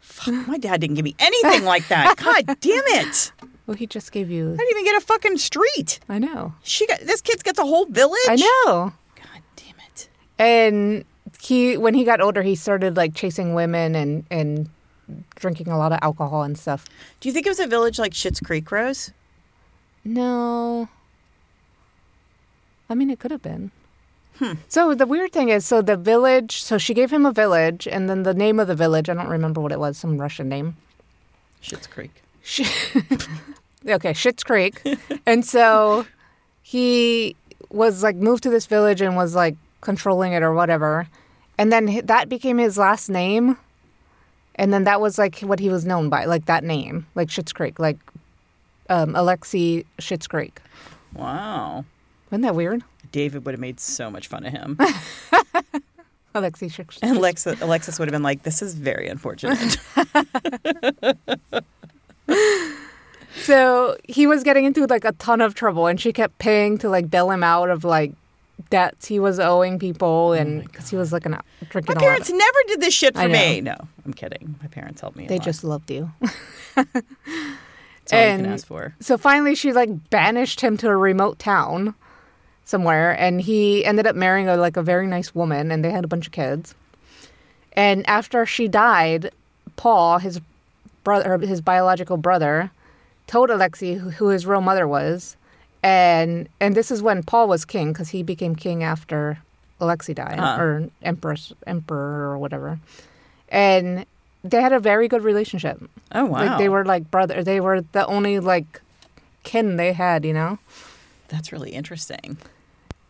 Fuck, my dad didn't give me anything like that.
<laughs>
God damn it! I
Well, he just gave you.
didn't even get a fucking street.
I know.
She got this kid's gets a whole village.
I know.
God damn it!
and he when he got older he started like chasing women and and drinking a lot of alcohol and stuff
Do you think it was a village like Schitt's Creek Rose?
no i mean it could have been so the weird thing is so the village so she gave him a village and then the name of the village i don't remember what it was some russian name
Schitt's Creek.
Sh- <laughs> okay,
<laughs>
Shit's Creek. And so he was like moved to this village and was like controlling it or whatever. And then hi- that became his last name. And then that was like what he was known by, like that name, like Shit's Creek, like um, Alexei Shit's Creek.
Wow.
Isn't that weird?
David would have made so much fun of
<laughs>
him.
Alexei Shit's
And Alexa, Alexis would have been like, "This is very unfortunate."
<laughs> So he was getting into like a ton of trouble, and she kept paying to like bail him out of like debts he was owing people, and because he was like an
Oh My
drinking. a lot of-
parents never did this shit
I
for
know.
me. No, I'm kidding. My parents helped me. a
They
lot.
just loved you.
That's all you
and-
can ask for.
<laughs> so finally, she like banished him to a remote town somewhere, and he ended up marrying a, like a very nice woman, and they had a bunch of kids. And after she died, Paul, his brother, or his biological brother, told Alexei who, who his real mother was, and and this is when Paul was king because he became king after Alexei died
Uh-huh.
or empress, emperor or whatever, and they had a very good relationship.
Oh wow,
Like they were like brother. They were the only like kin they had, you know.
That's really interesting.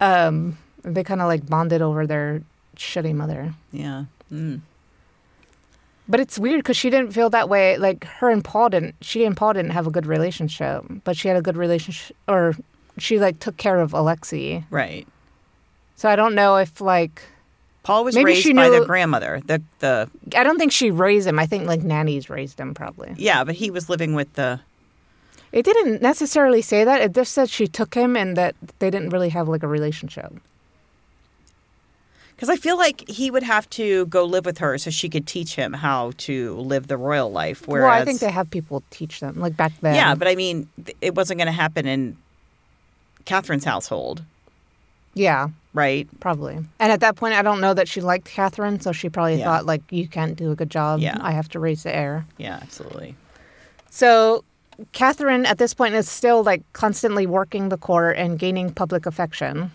Um, they kind of like bonded over their shitty mother.
Yeah. Mm.
But it's weird because she didn't feel that way. Like her and Paul didn't. She and Paul didn't have a good relationship, but she had a good relationship, or she like took care of Alexei.
Right.
So I don't know if like
Paul was
Maybe
raised
she
by the
knew-
grandmother. The the
I don't think she raised him. I think like nannies raised him probably.
yeah, but he was living with the
It didn't necessarily say that. It just said she took him and that they didn't really have like a relationship.
because I feel like he would have to go live with her so she could teach him how to live the royal life. Whereas
well, I think they have people teach them like back then.
yeah, but I mean, th- it wasn't going to happen in Catherine's household,
yeah.
right?
Probably. And at that point, I don't know that she liked Catherine, so she probably
Yeah.
thought, like, you can't do a good job.
Yeah.
I have to raise the heir.
Yeah, absolutely.
So Catherine at this point is still like constantly working the court and gaining public affection.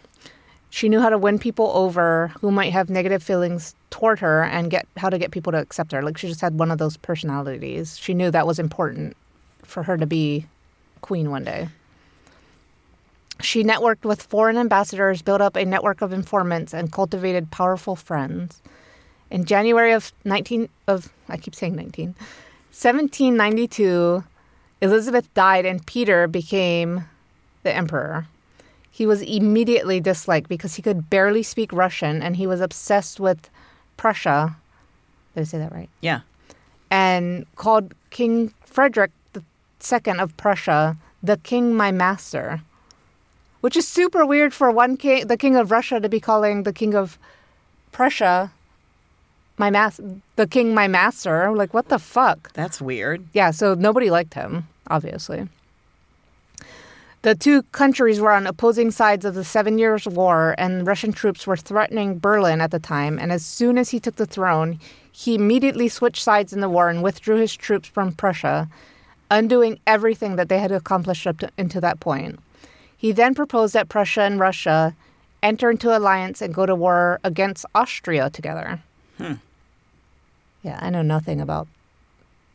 She knew how to win people over who might have negative feelings toward her and get how to get people to accept her. Like she just had one of those personalities. She knew that was important for her to be queen one day. She networked with foreign ambassadors, built up a network of informants, and cultivated powerful friends. In January of 19 of I keep saying 19 1792 Elizabeth died and Peter became the emperor. He was immediately disliked because he could barely speak Russian and he was obsessed with Prussia. Did I say that right?
Yeah.
and called King Frederick II of Prussia the King My Master, which is super weird for one king, the King of Russia, to be calling the King of Prussia my mas- the King My Master. Like, what the fuck?
That's weird.
Yeah, so nobody liked him, obviously. The two countries were on opposing sides of the Seven Years' War, and Russian troops were threatening Berlin at the time. And as soon as he took the throne, he immediately switched sides in the war and withdrew his troops from Prussia, undoing everything that they had accomplished up to, until that point. He then proposed that Prussia and Russia enter into alliance and go to war against Austria together. Yeah, I know nothing about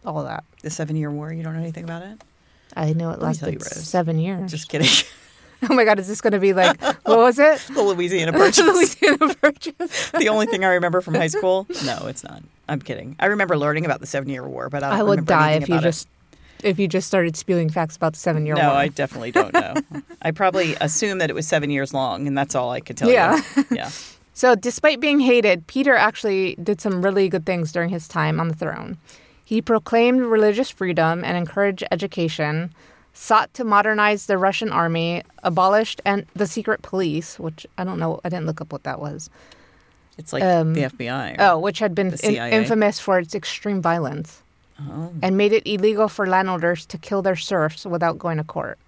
all that.
The Seven Year War. You don't know anything about it?
I know it
me tell you,
lasted
Rose. <laughs>
seven years.
Just kidding.
oh my god, is this going to be like what was it? <laughs>
the Louisiana Purchase. <laughs>
Louisiana Purchase.
the only thing I remember from high
<laughs>
school. No, it's not. I'm kidding. I remember learning about the Seven Year War, but I, don't
I would
remember
die
anything
if you
about it.
just if you just started spewing facts about the seven year
No,
war.
I definitely don't
<laughs>
know. I probably assume that it was seven years long, and that's all I could tell
Yeah.
you. <laughs> Yeah.
So, despite being hated, Peter actually did some really good things during his time on the throne. He proclaimed religious freedom and encouraged education, sought to modernize the Russian army, abolished and the secret police, which I don't know, I didn't look up what that was.
It's like the FBI.
Oh, which had been
The
in-
CIA.
infamous for its extreme violence.
Oh.
and made it illegal for landowners to kill their serfs without going to court.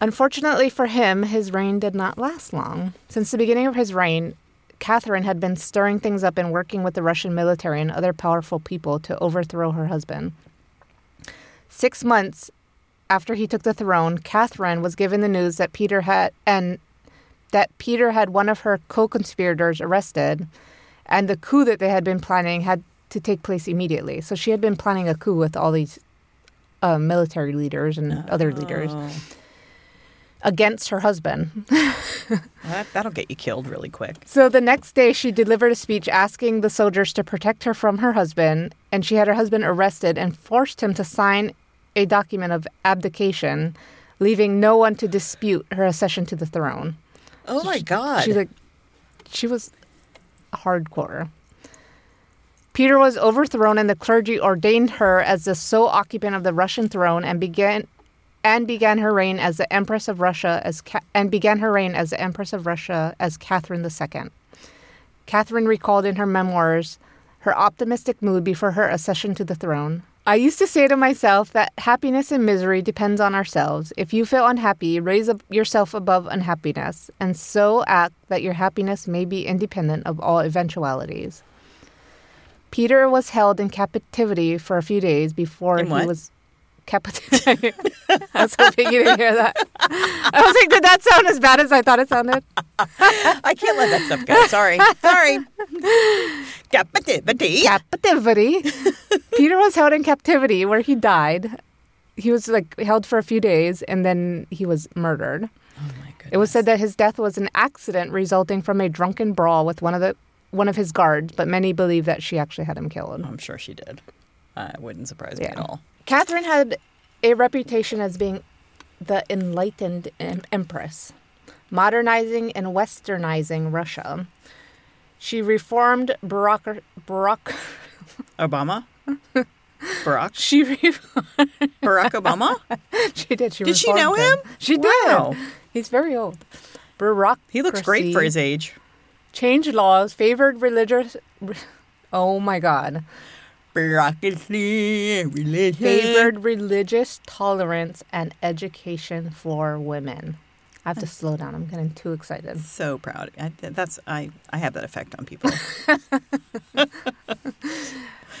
Unfortunately for him, his reign did not last long. Since the beginning of his reign, Catherine had been stirring things up and working with the Russian military and other powerful people to overthrow her husband. Six months after he took the throne, Catherine was given the news that Peter had and that Peter had one of her co-conspirators arrested, and the coup that they had been planning had to take place immediately. So she had been planning a coup with all these uh, military leaders and other leaders
Oh.
against her husband.
That, that'll get you killed really quick.
So the next day, she delivered a speech asking the soldiers to protect her from her husband, and she had her husband arrested and forced him to sign a document of abdication, leaving no one to dispute her accession to the throne.
Oh my God.
She like she was hardcore. Peter was overthrown and the clergy ordained her as the sole occupant of the Russian throne and began and began her reign as the Empress of Russia as Ca- and began her reign as the Empress of Russia as Catherine II. Catherine recalled in her memoirs her optimistic mood before her accession to the throne. I used to say to myself that happiness and misery depends on ourselves. If you feel unhappy, raise up yourself above unhappiness, and so act that your happiness may be independent of all eventualities. Peter was held in captivity for a few days before
In
he
what?
was captivity. <laughs> I was hoping you didn't hear that. I was like, did that sound as bad as I thought it sounded?
I can't let that stuff go. Sorry.
<laughs>
Sorry. Captivity.
<laughs> captivity. Peter was held in captivity where he died. He was like held for a few days and then he was murdered.
Oh my goodness.
It was said that his death was an accident resulting from a drunken brawl with one of the one of his guards, but many believe that she actually had him killed.
I'm sure she did. Uh, it wouldn't surprise me
Yeah.
at all.
Catherine had a reputation as being the enlightened em- empress, modernizing and westernizing Russia. She reformed bureaucra- bureauc-
Obama? Barack?
<laughs> she re-
Barack Obama?
<laughs> She did. She
Did she
reformed
know him?
She
Wow.
did. He's very old. Barack.
He looks great for his age.
Changed laws, favored religious. <laughs> Oh my God.
Barack is the religion.
Favored religious tolerance and education for women. I have to slow down. I'm getting too excited.
So proud. I, that's I, I have that
<laughs>
effect on people.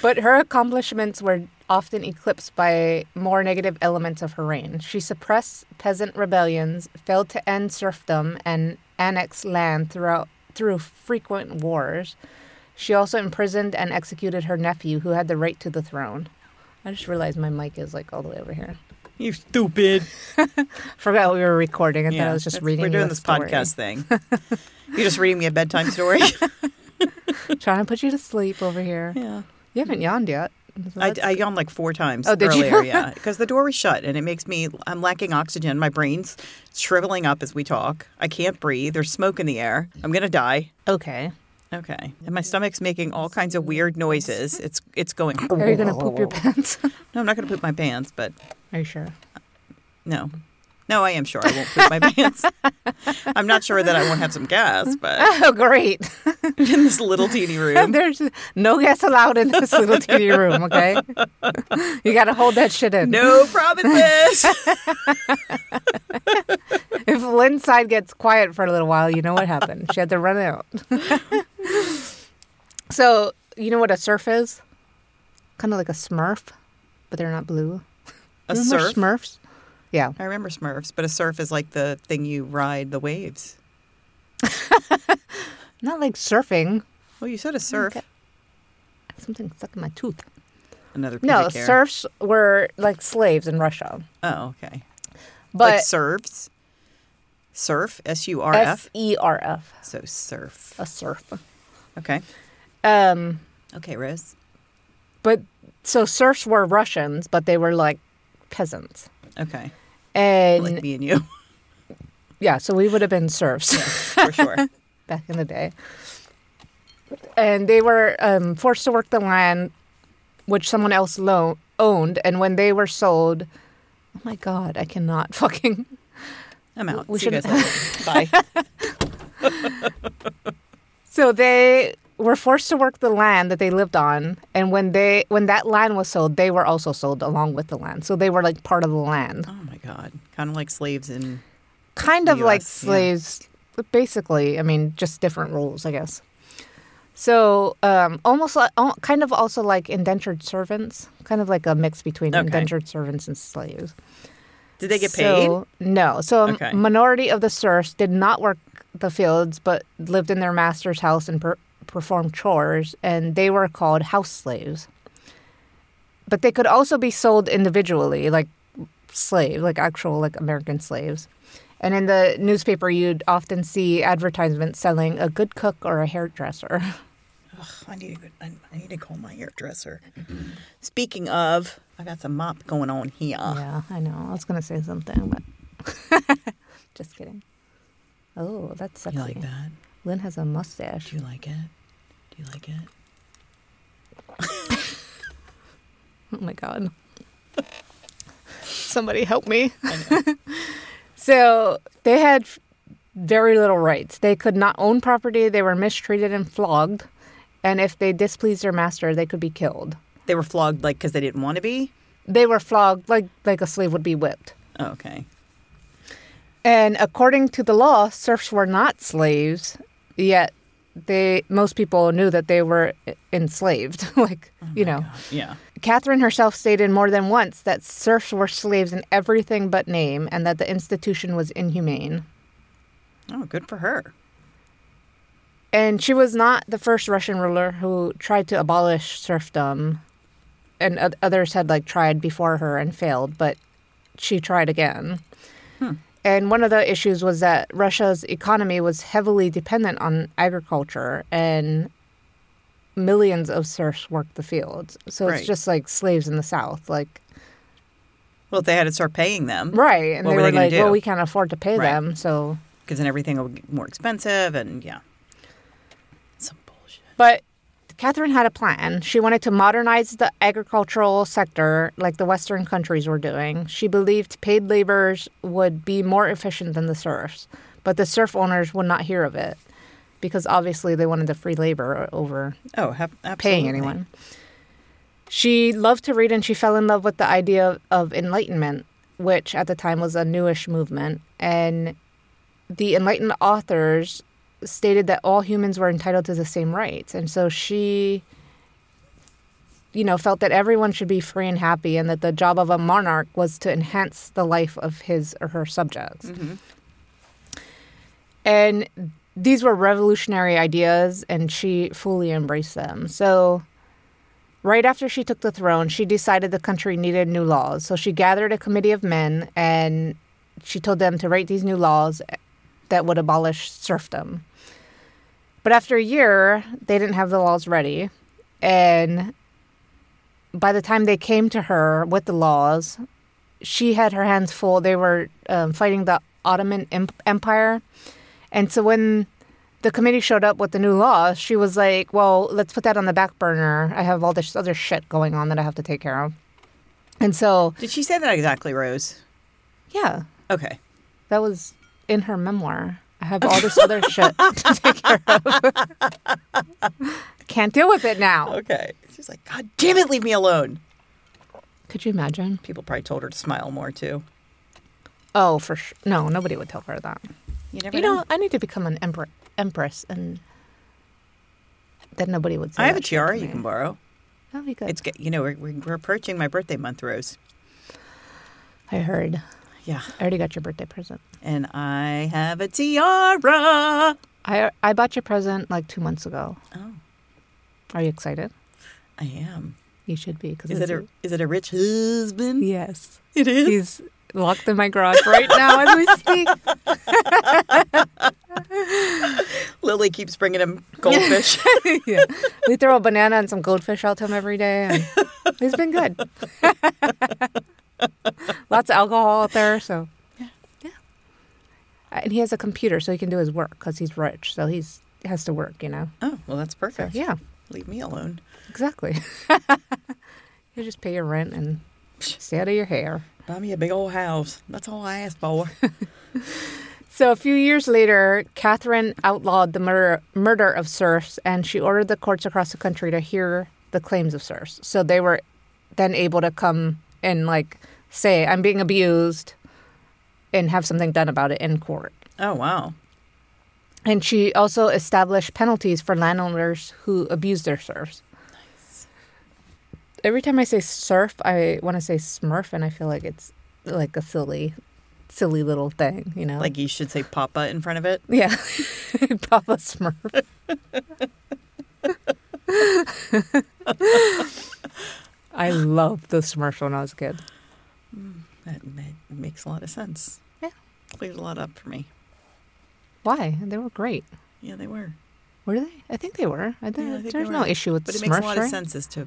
But her accomplishments were often eclipsed by more negative elements of her reign. She suppressed peasant rebellions, failed to end serfdom, and annexed land throughout, through frequent wars. She also imprisoned and executed her nephew, who had the right to the throne. I just realized my mic is like all the way over here. <laughs>
You stupid.
Forgot we were recording. I thought I was just
that's-
reading.
We're
you
doing
a
this
story.
podcast
<laughs>
thing. You're just reading me a bedtime story.
Trying to put you to sleep
<laughs>
over here.
yeah.
You haven't yawned yet. So
I,
that's-
I yawned like four times
Oh, did you?
earlier,
<laughs>
yeah, because the door was shut and it makes me, I'm lacking oxygen. My brain's shriveling up as we talk. I can't breathe. There's smoke in the air. I'm going to die.
okay.
Okay. And my stomach's making all kinds of weird noises. It's it's going.
Are you gonna poop
<laughs>
your pants? <laughs>
No, I'm not going to poop my pants, but
Are you sure?
no. No, I am sure I won't poop my <laughs> pants. I'm not sure that I won't have some gas, but <laughs>
Oh, great.
in this little teeny room.
<laughs> There's no gas allowed in this little teeny room, okay? you got to hold that shit in.
No
<laughs>
promises.
If Lynn's side gets quiet for a little while, you know what happened. She had to run out. <laughs> so, you know what a surf is? Kind of like a smurf, but they're not blue.
A
Remember
surf.
Smurfs? Yeah.
I remember Smurfs, but a surf is like the thing you ride the waves.
Not like surfing.
Well, you said a surf.
Okay. Something stuck in my tooth.
Another pubic
No,
hair.
serfs were like slaves in Russia.
Oh, okay. like
But
serves. Surf, S U R
S
F.
E R F,
So surf.
a serf.
Okay.
Um,
Okay, Rose.
but so serfs were Russians, but they were like peasants.
Okay.
And
Like me and you,
yeah, so we would have been serfs <laughs>
for sure.
back in the day. And they were um, forced to work the land, which someone else lo- owned. And when they were sold, oh my God, I cannot <laughs> fucking.
I'm out.
We
See you
should-
guys
<laughs>
later. Bye.
So they were forced to work the land that they lived on, and when they when that land was sold, they were also sold along with the land. So they were like part of the land,
Oh my God. Kind of like slaves in.
kind of like
US, yeah.
slaves, but basically. I mean, just different rules, I guess. So um, almost like, al- kind of also like indentured servants, kind of like a mix between
Okay.
indentured servants and slaves.
Did they get paid?
So, no. So a
Okay.
minority of the serfs did not work the fields, but lived in their master's house and per- performed chores, and they were called house slaves. But they could also be sold individually, like slave, like actual like American slaves. And in the newspaper, you'd often see advertisements selling a good cook or a hairdresser.
I need a good, I I need to call my hairdresser. Speaking of, I got some mop going on here.
<laughs> Yeah, I know. I was gonna say something, but <laughs> just kidding. Oh, that's sexy.
You like that?
Lynn has a mustache.
Do you like it? Do you like it?
Oh my god. <laughs> Somebody help me. <laughs> so they had f- very little rights. They could not own property, they were mistreated and flogged. And if they displeased their master, they could be killed.
They were flogged like because they didn't want to be.
They were flogged like like a slave would be whipped.
Oh, okay.
And according to the law, serfs were not slaves, yet they most people knew that they were e- enslaved, <laughs> like,
Oh
you know.
Yeah.
Catherine herself stated more than once that serfs were slaves in everything but name and that the institution was inhumane.
Oh, good for her.
And she was not the first Russian ruler who tried to abolish serfdom. And o- others had like tried before her and failed, but she tried again. And one of the issues was that Russia's economy was heavily dependent on agriculture and millions of serfs worked the fields. So
Right.
it's just like slaves in the south, like
Well, if they had to start paying them,
Right. And
What
they
were
were,
they gonna
like,
do?
well, we can't afford to pay
Right.
them. So,
because then everything will get more expensive, and yeah, some bullshit.
but Catherine had a plan. She wanted to modernize the agricultural sector like the Western countries were doing. She believed paid laborers would be more efficient than the serfs, but the serf owners would not hear of it because obviously they wanted the free labor over
Oh, hap- absolutely.
paying anyone. She loved to read and she fell in love with the idea of, of enlightenment, which at the time was a newish movement. And the enlightened authors stated that all humans were entitled to the same rights. And so she you know, felt that everyone should be free and happy and that the job of a monarch was to enhance the life of his or her subjects.
Mm-hmm.
And these were revolutionary ideas and she fully embraced them. So right after she took the throne, she decided the country needed new laws. So she gathered a committee of men and she told them to write these new laws that would abolish serfdom. But after a year, they didn't have the laws ready. And by the time they came to her with the laws, she had her hands full. They were um, fighting the Ottoman em- Empire. And so when the committee showed up with the new laws, she was like, well, let's put that on the back burner. I have all this other shit going on that I have to take care of. And so,
Did she say that exactly, Rose?
yeah,
Okay.
that was in her memoir. I have all this
<laughs>
other shit to take care of. Can't deal with it now.
Okay. She's like, God damn it, leave me alone.
Could you imagine?
People probably told her to smile more too.
Oh, for sure. No, nobody would tell her that.
You never
You know, I need to become an emper- empress, and then nobody would say.
I have a
that shit to
tiara you
me.
can borrow.
That'd be good.
It's get you know we're, we're we're approaching my birthday month, Rose.
I heard.
Yeah,
I already got your birthday present.
and I have a tiara.
I I bought your present like two months ago.
Oh,
Are you excited?
I am.
You should be. Cause
Is
it's
it a is it a rich husband?
yes?
It is.
He's locked in my garage right now as we speak. <laughs>
Lily keeps bringing him goldfish.
<laughs> yeah. We throw a banana and some goldfish out to him every day. And it's been good. <laughs> Lots of alcohol out there, so yeah. Uh, And he has a computer, so he can do his work because he's rich. So he's has to work, you know.
oh well, that's perfect.
Yeah,
Leave me alone.
exactly. <laughs> you just pay your rent and stay out of your hair.
Buy me a big old house. That's all I ask for.
So a few years later, Catherine outlawed the murder, murder of serfs, and she ordered the courts across the country to hear the claims of serfs. So they were then able to come and like say, "I'm being abused," and have something done about it in court.
oh wow.
And she also established penalties for landowners who abuse their serfs. Every time I say serf, I want to say smurf, and I feel like it's like a silly, silly little thing, you know?
Like you should say Papa in front of it.
Yeah. <laughs> Papa Smurf. I loved the Smurfs when I was a kid.
That ma- makes a lot of sense.
Mm. Yeah.
cleared a lot up for me.
Why? They were great.
Yeah, they were.
Were they? I think they were. I think,
Yeah, I think
there's
they
no
were.
issue with
But it
Smurfs,
makes a lot of
right?
sense as to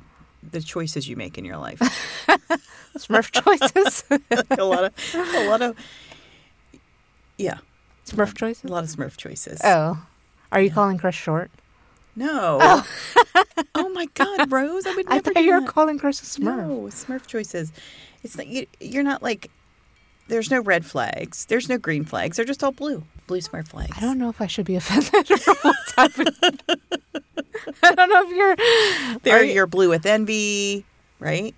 the choices you make in your life. <laughs>
Smurf choices.
a lot of, a lot of, yeah,
Smurf
a
choices.
lot of Smurf choices.
Oh. Are you
Yeah.
calling Chris short?
No.
Oh.
Oh. my God, Rose! I would never.
<laughs> I thought you were
do that.
calling Chris a Smurf.
No, Smurf choices. It's not you. You're not like. There's no red flags. There's no green flags. They're just all blue. Blue Smurf flags.
I don't know if I should be <laughs> offended or what's happening. <laughs> I don't know if you're.
There,
Are you-
you're blue with envy, right?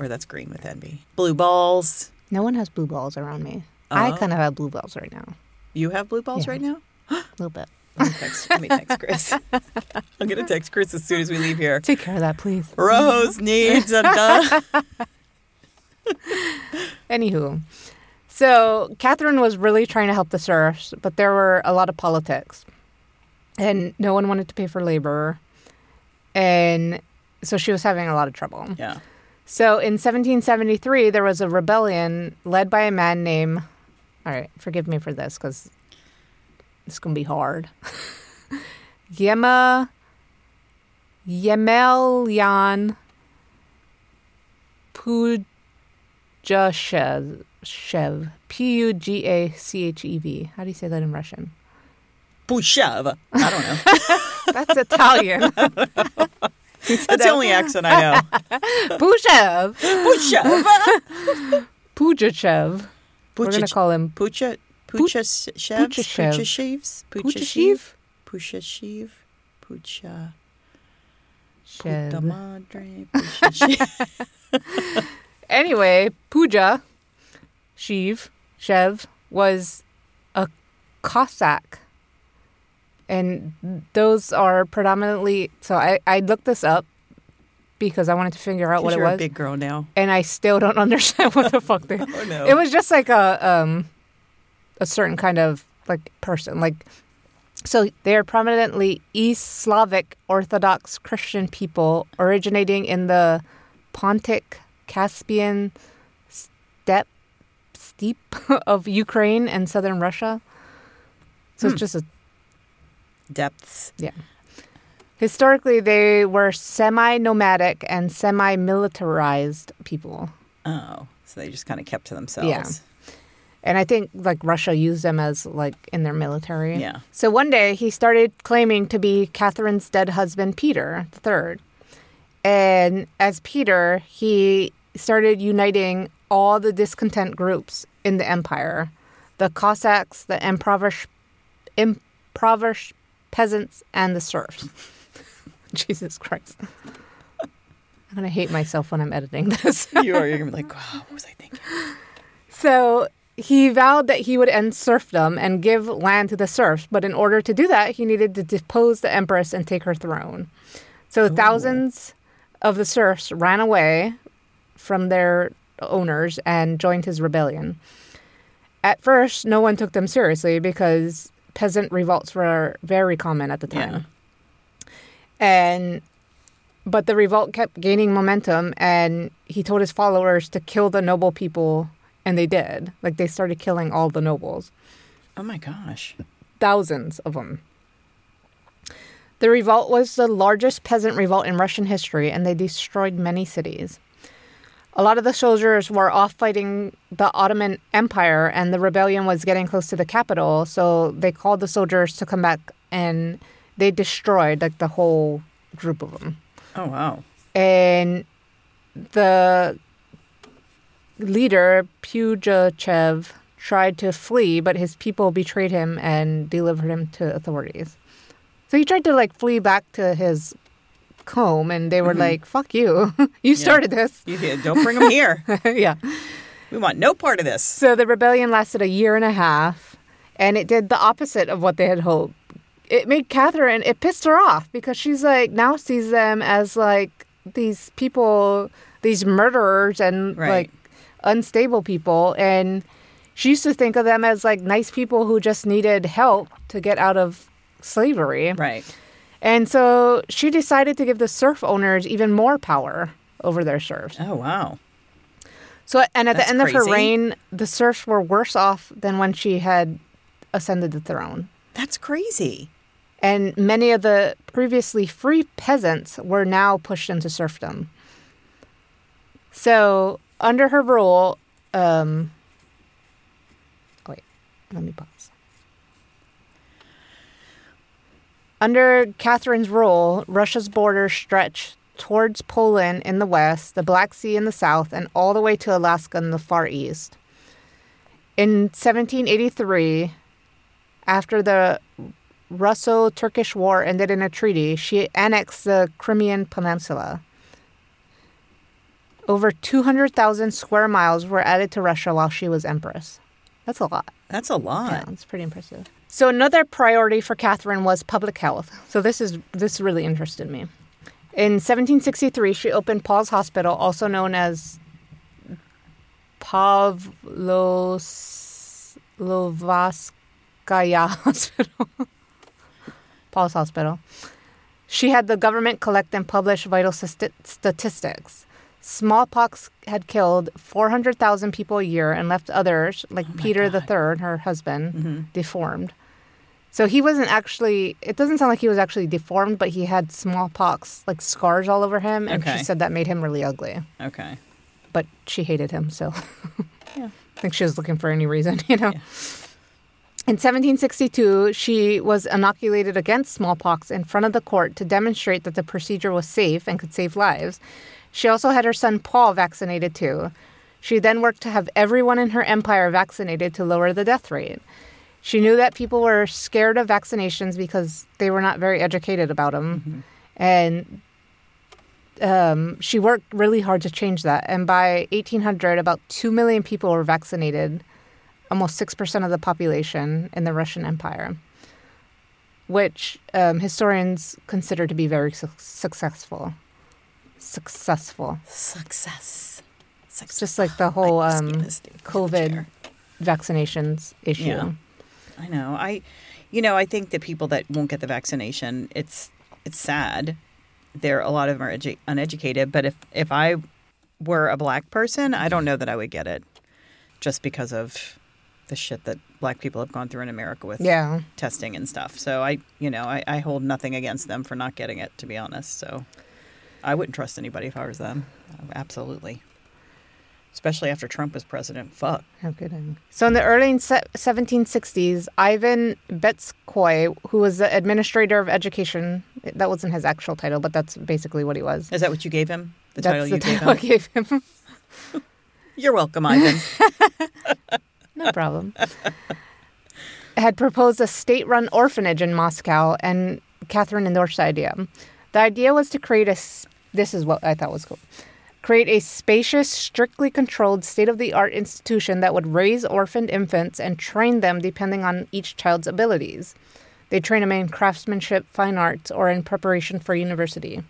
Or that's green with envy. Blue balls.
No one has blue balls around me. I
Oh.
kind of have blue balls right now.
You have blue balls
Yeah.
right now.
A little bit.
Let me text, let me text
<laughs>
Chris. I'm gonna text Chris as soon as we leave here.
Take care of that, please.
Rose needs
<laughs>
a
Anywho, so Catherine was really trying to help the serfs, but there were a lot of politics, and no one wanted to pay for labor, and so she was having a lot of trouble.
Yeah.
So in 1773, there was a rebellion led by a man named. All right, forgive me for this because it's going to be hard. <laughs> Yema. Yemelyan Pugashev. P U G A C H E V. How do you say that in Russian?
Pushava. I don't
<laughs>
know. <laughs>
That's Italian.
That's the only accent I
<laughs>
know.
Pushev.
Pushava.
Pugachev. We're going to
Pucha.
call him
Pucha. Pucha Shevs. Pucha Sheaves.
Puchashev.
Pucha
Pugashev.
Sheave. Pucha Sheave. Pucha. Puta
Shev.
Madre. Pucha
<laughs>
Sheave.
Anyway, Puja, Shiv, Shev, was a Cossack. And those are predominantly, so I, I looked this up because I wanted to figure out what it
you're
was,
a big girl
<laughs>
now.
and I still don't understand what the fuck they.
Oh no.
It was just like a um, a certain kind of like person, like so they are prominently East Slavic Orthodox Christian people originating in the Pontic Caspian steppe steep <laughs> of Ukraine and southern Russia. So
Hmm.
it's just a
depths.
Historically, they were semi nomadic and semi militarized people.
Oh, so they just kind of kept to themselves.
And I think like Russia used them as like in their military.
Yeah.
So one day he started claiming to be Catherine's dead husband, Peter III. And as Peter, he started uniting all the discontent groups in the empire the Cossacks, the impoverished, impoverished peasants, and the serfs. <laughs> Jesus Christ. I'm going to hate myself when I'm editing this.
<laughs> you are. You're gonna be like, wow, what was I thinking?
So he vowed that he would end serfdom and give land to the serfs, but in order to do that, he needed to depose the empress and take her throne. So thousands of the serfs ran away from their owners and joined his rebellion. At first, no one took them seriously because peasant revolts were very common at the time
Yeah.
and but the revolt kept gaining momentum and he told his followers to kill the noble people and they did like they started killing all the nobles
Oh my gosh.
thousands of them the revolt was the largest peasant revolt in russian history and they destroyed many cities a lot of the soldiers were off fighting the ottoman empire and the rebellion was getting close to the capital so they called the soldiers to come back and they destroyed like the whole group of them
Oh wow.
and the leader Pugachev tried to flee, but his people betrayed him and delivered him to authorities. So he tried to like flee back to his home, and they were like, "Fuck you! <laughs> you started this." <laughs>
You did. Don't bring them here.
yeah.
We want no part of this.
So the rebellion lasted a year and a half, and it did the opposite of what they had hoped. It made Catherine, it pissed her off because she's like now sees them as like these people, these murderers and
Right.
like unstable people. And she used to think of them as like nice people who just needed help to get out of slavery.
Right.
And so she decided to give the serf owners even more power over their serfs.
Oh wow.
So, and at
That's
the end of her
crazy.
reign, the serfs were worse off than when she had ascended the throne.
That's crazy.
And many of the previously free peasants were now pushed into serfdom. So, under her rule, um, wait, let me pause. Under Catherine's rule, Russia's borders stretched towards Poland in the west, the Black Sea in the south, and all the way to Alaska in the far east. In 1783, after the Russo Turkish War ended in a treaty, she annexed the Crimean Peninsula. Over 200,000 square miles were added to Russia while she was empress. That's a lot.
That's a lot.
Yeah, it's pretty impressive. So another priority for Catherine was public health. So this is this really interested me. In 1763, she opened Paul's Hospital, also known as Pavlovskaya <laughs> Hospital. Paul's Hospital. She had the government collect and publish vital sti- statistics. Smallpox had killed 400,000 people a year and left others, like Peter the Third, her husband,
Mm-hmm.
deformed. So he wasn't actually, it doesn't sound like he was actually deformed, but he had smallpox, like scars all over him. And
Okay.
she said that made him really ugly.
Okay.
But she hated him, so <laughs>
Yeah.
I think she was looking for any reason, <laughs> you know.
Yeah.
In 1762, she was inoculated against smallpox in front of the court to demonstrate that the procedure was safe and could save lives. She also had her son Paul vaccinated too. She then worked to have everyone in her empire vaccinated to lower the death rate. She knew that people were scared of vaccinations because they were not very educated about them.
Mm-hmm.
And um, she worked really hard to change that. And by 1800, about 2 million people were vaccinated, almost 6% of the population in the Russian Empire, which um, historians consider to be very su- successful. successful.
Success.
It's
Success.
just like the whole
I just
um,
gave this dude a
COVID
chair.
vaccinations issue.
Yeah. I know. I, you know, I think that people that won't get the vaccination, it's it's sad. There, a lot of them are edu- uneducated. But if if I were a black person, I don't know that I would get it, just because of the shit that black people have gone through in America with
Yeah.
testing and stuff. So I, you know, I, I hold nothing against them for not getting it, to be honest. So I wouldn't trust anybody if I was them. Absolutely. Especially after Trump was president. Fuck.
How kidding. So in the early se- 1760s, Ivan Betskoy, who was the administrator of education, that wasn't his actual title, but that's basically what he was.
Is that what you gave him? The
that's
title
the
you gave
title
him?
I gave
<laughs>
him.
You're welcome,
<laughs>
Ivan.
No problem. had proposed a state run orphanage in Moscow, and Catherine endorsed the idea. The idea was to create a. s- This is what I thought was cool. Create a spacious, strictly controlled, state of the art institution that would raise orphaned infants and train them depending on each child's abilities. They train them in craftsmanship, fine arts, or in preparation for university.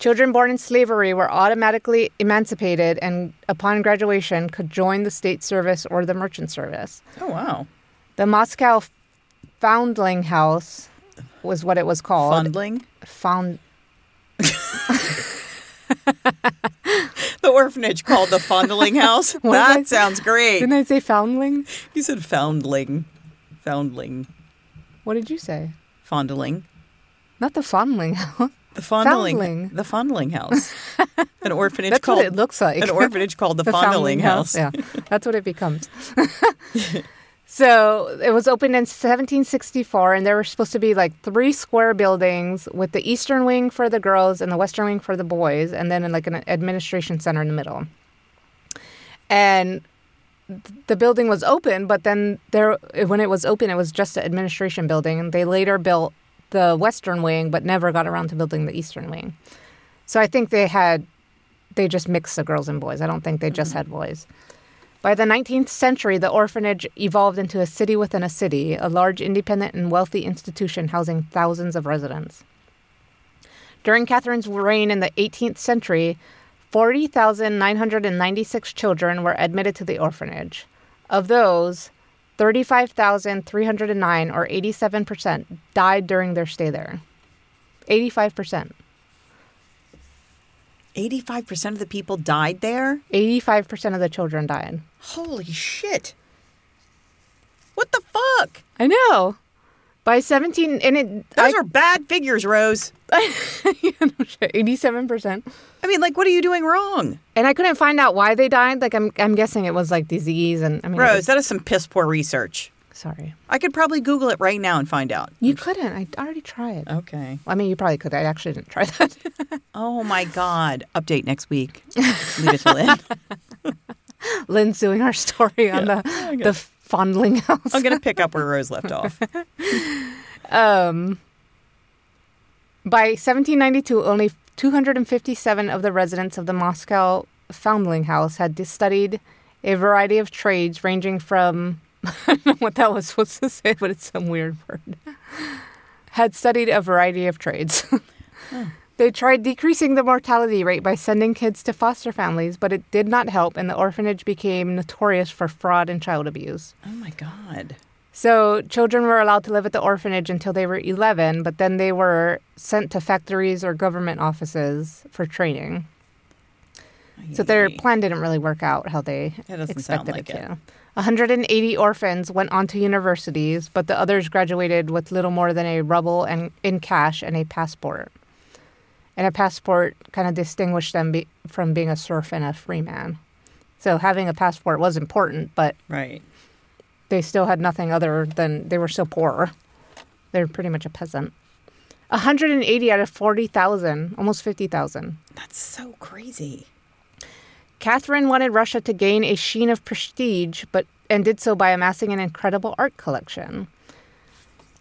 Children born in slavery were automatically emancipated and, upon graduation, could join the state service or the merchant service.
oh, wow.
The Moscow Foundling House was what it was called.
Fondling.
Found
The orphanage called the Fondling
<laughs>
House.
did I-
that sounds great.
didn't I say foundling?
You said foundling. Foundling.
What did you say?
Fondling.
Not the fondling house.
The fondling.
Foundling.
The fondling
<laughs>
house. An orphanage
That's
called
what it looks like.
an orphanage called the, fondling, house. <laughs>
Yeah, that's what it becomes. <laughs> so it was opened in 1764, and there were supposed to be like three square buildings with the eastern wing for the girls and the western wing for the boys, and then like an administration center in the middle. And th- the building was open, but then there, when it was open, it was just an administration building, and they later built the western wing, but never got around to building the eastern wing. So I think they had they just mixed the girls and boys. I don't think they just had boys. By the 19th century, the orphanage evolved into a city within a city, a large independent and wealthy institution housing thousands of residents. During Catherine's reign in the 18th century, 40,996 children were admitted to the orphanage. Of those, 35,309, or 87%, died during their stay there. 85%.
Eighty-five percent of the people died there.
85% of the children died.
Holy shit! What the fuck?
I know. By 17, and it,
Those
I,
are bad figures, Rose. <laughs>
87%.
I mean, like, what are you doing wrong,
And I couldn't find out why they died. Like, I'm, I'm guessing it was like disease and, I mean, it
Rose?
was-
That is some piss poor research. <laughs>
sorry.
I could probably Google it right now and find out.
You couldn't. I already tried.
Okay.
I mean, you probably could. I actually didn't try that. <laughs>
Oh my God! Update next week. Leave it till then.
Lynn's doing our story on the, the fondling house.
I'm gonna pick up where Rose left
<laughs>
off.
Um, by 1792, only 257 of the residents of the Moscow Foundling House had de- studied a variety of trades ranging from, <laughs> I don't know what that was supposed to say, but it's some weird word, had studied a variety of trades. <laughs> They tried decreasing the mortality rate by sending kids to foster families, but it did not help, and the orphanage became notorious for fraud and child abuse.
Oh my God.
So children were allowed to live at the orphanage until they were 11, but then they were sent to factories or government offices for training. So their
Yay.
plan didn't really work out how they
That doesn't sound like
expected it
it.
to. 180 orphans went on to universities, but the others graduated with little more than a rubble and in cash and a passport. And a passport kind of distinguished them be, from being a serf and a free man. So having a passport was important, but
Right.
they still had nothing other than they were so poor. They're pretty much a peasant. 180 out of 40,000, almost 50,000.
That's so crazy.
Catherine wanted Russia to gain a sheen of prestige, but and did so by amassing an incredible art collection.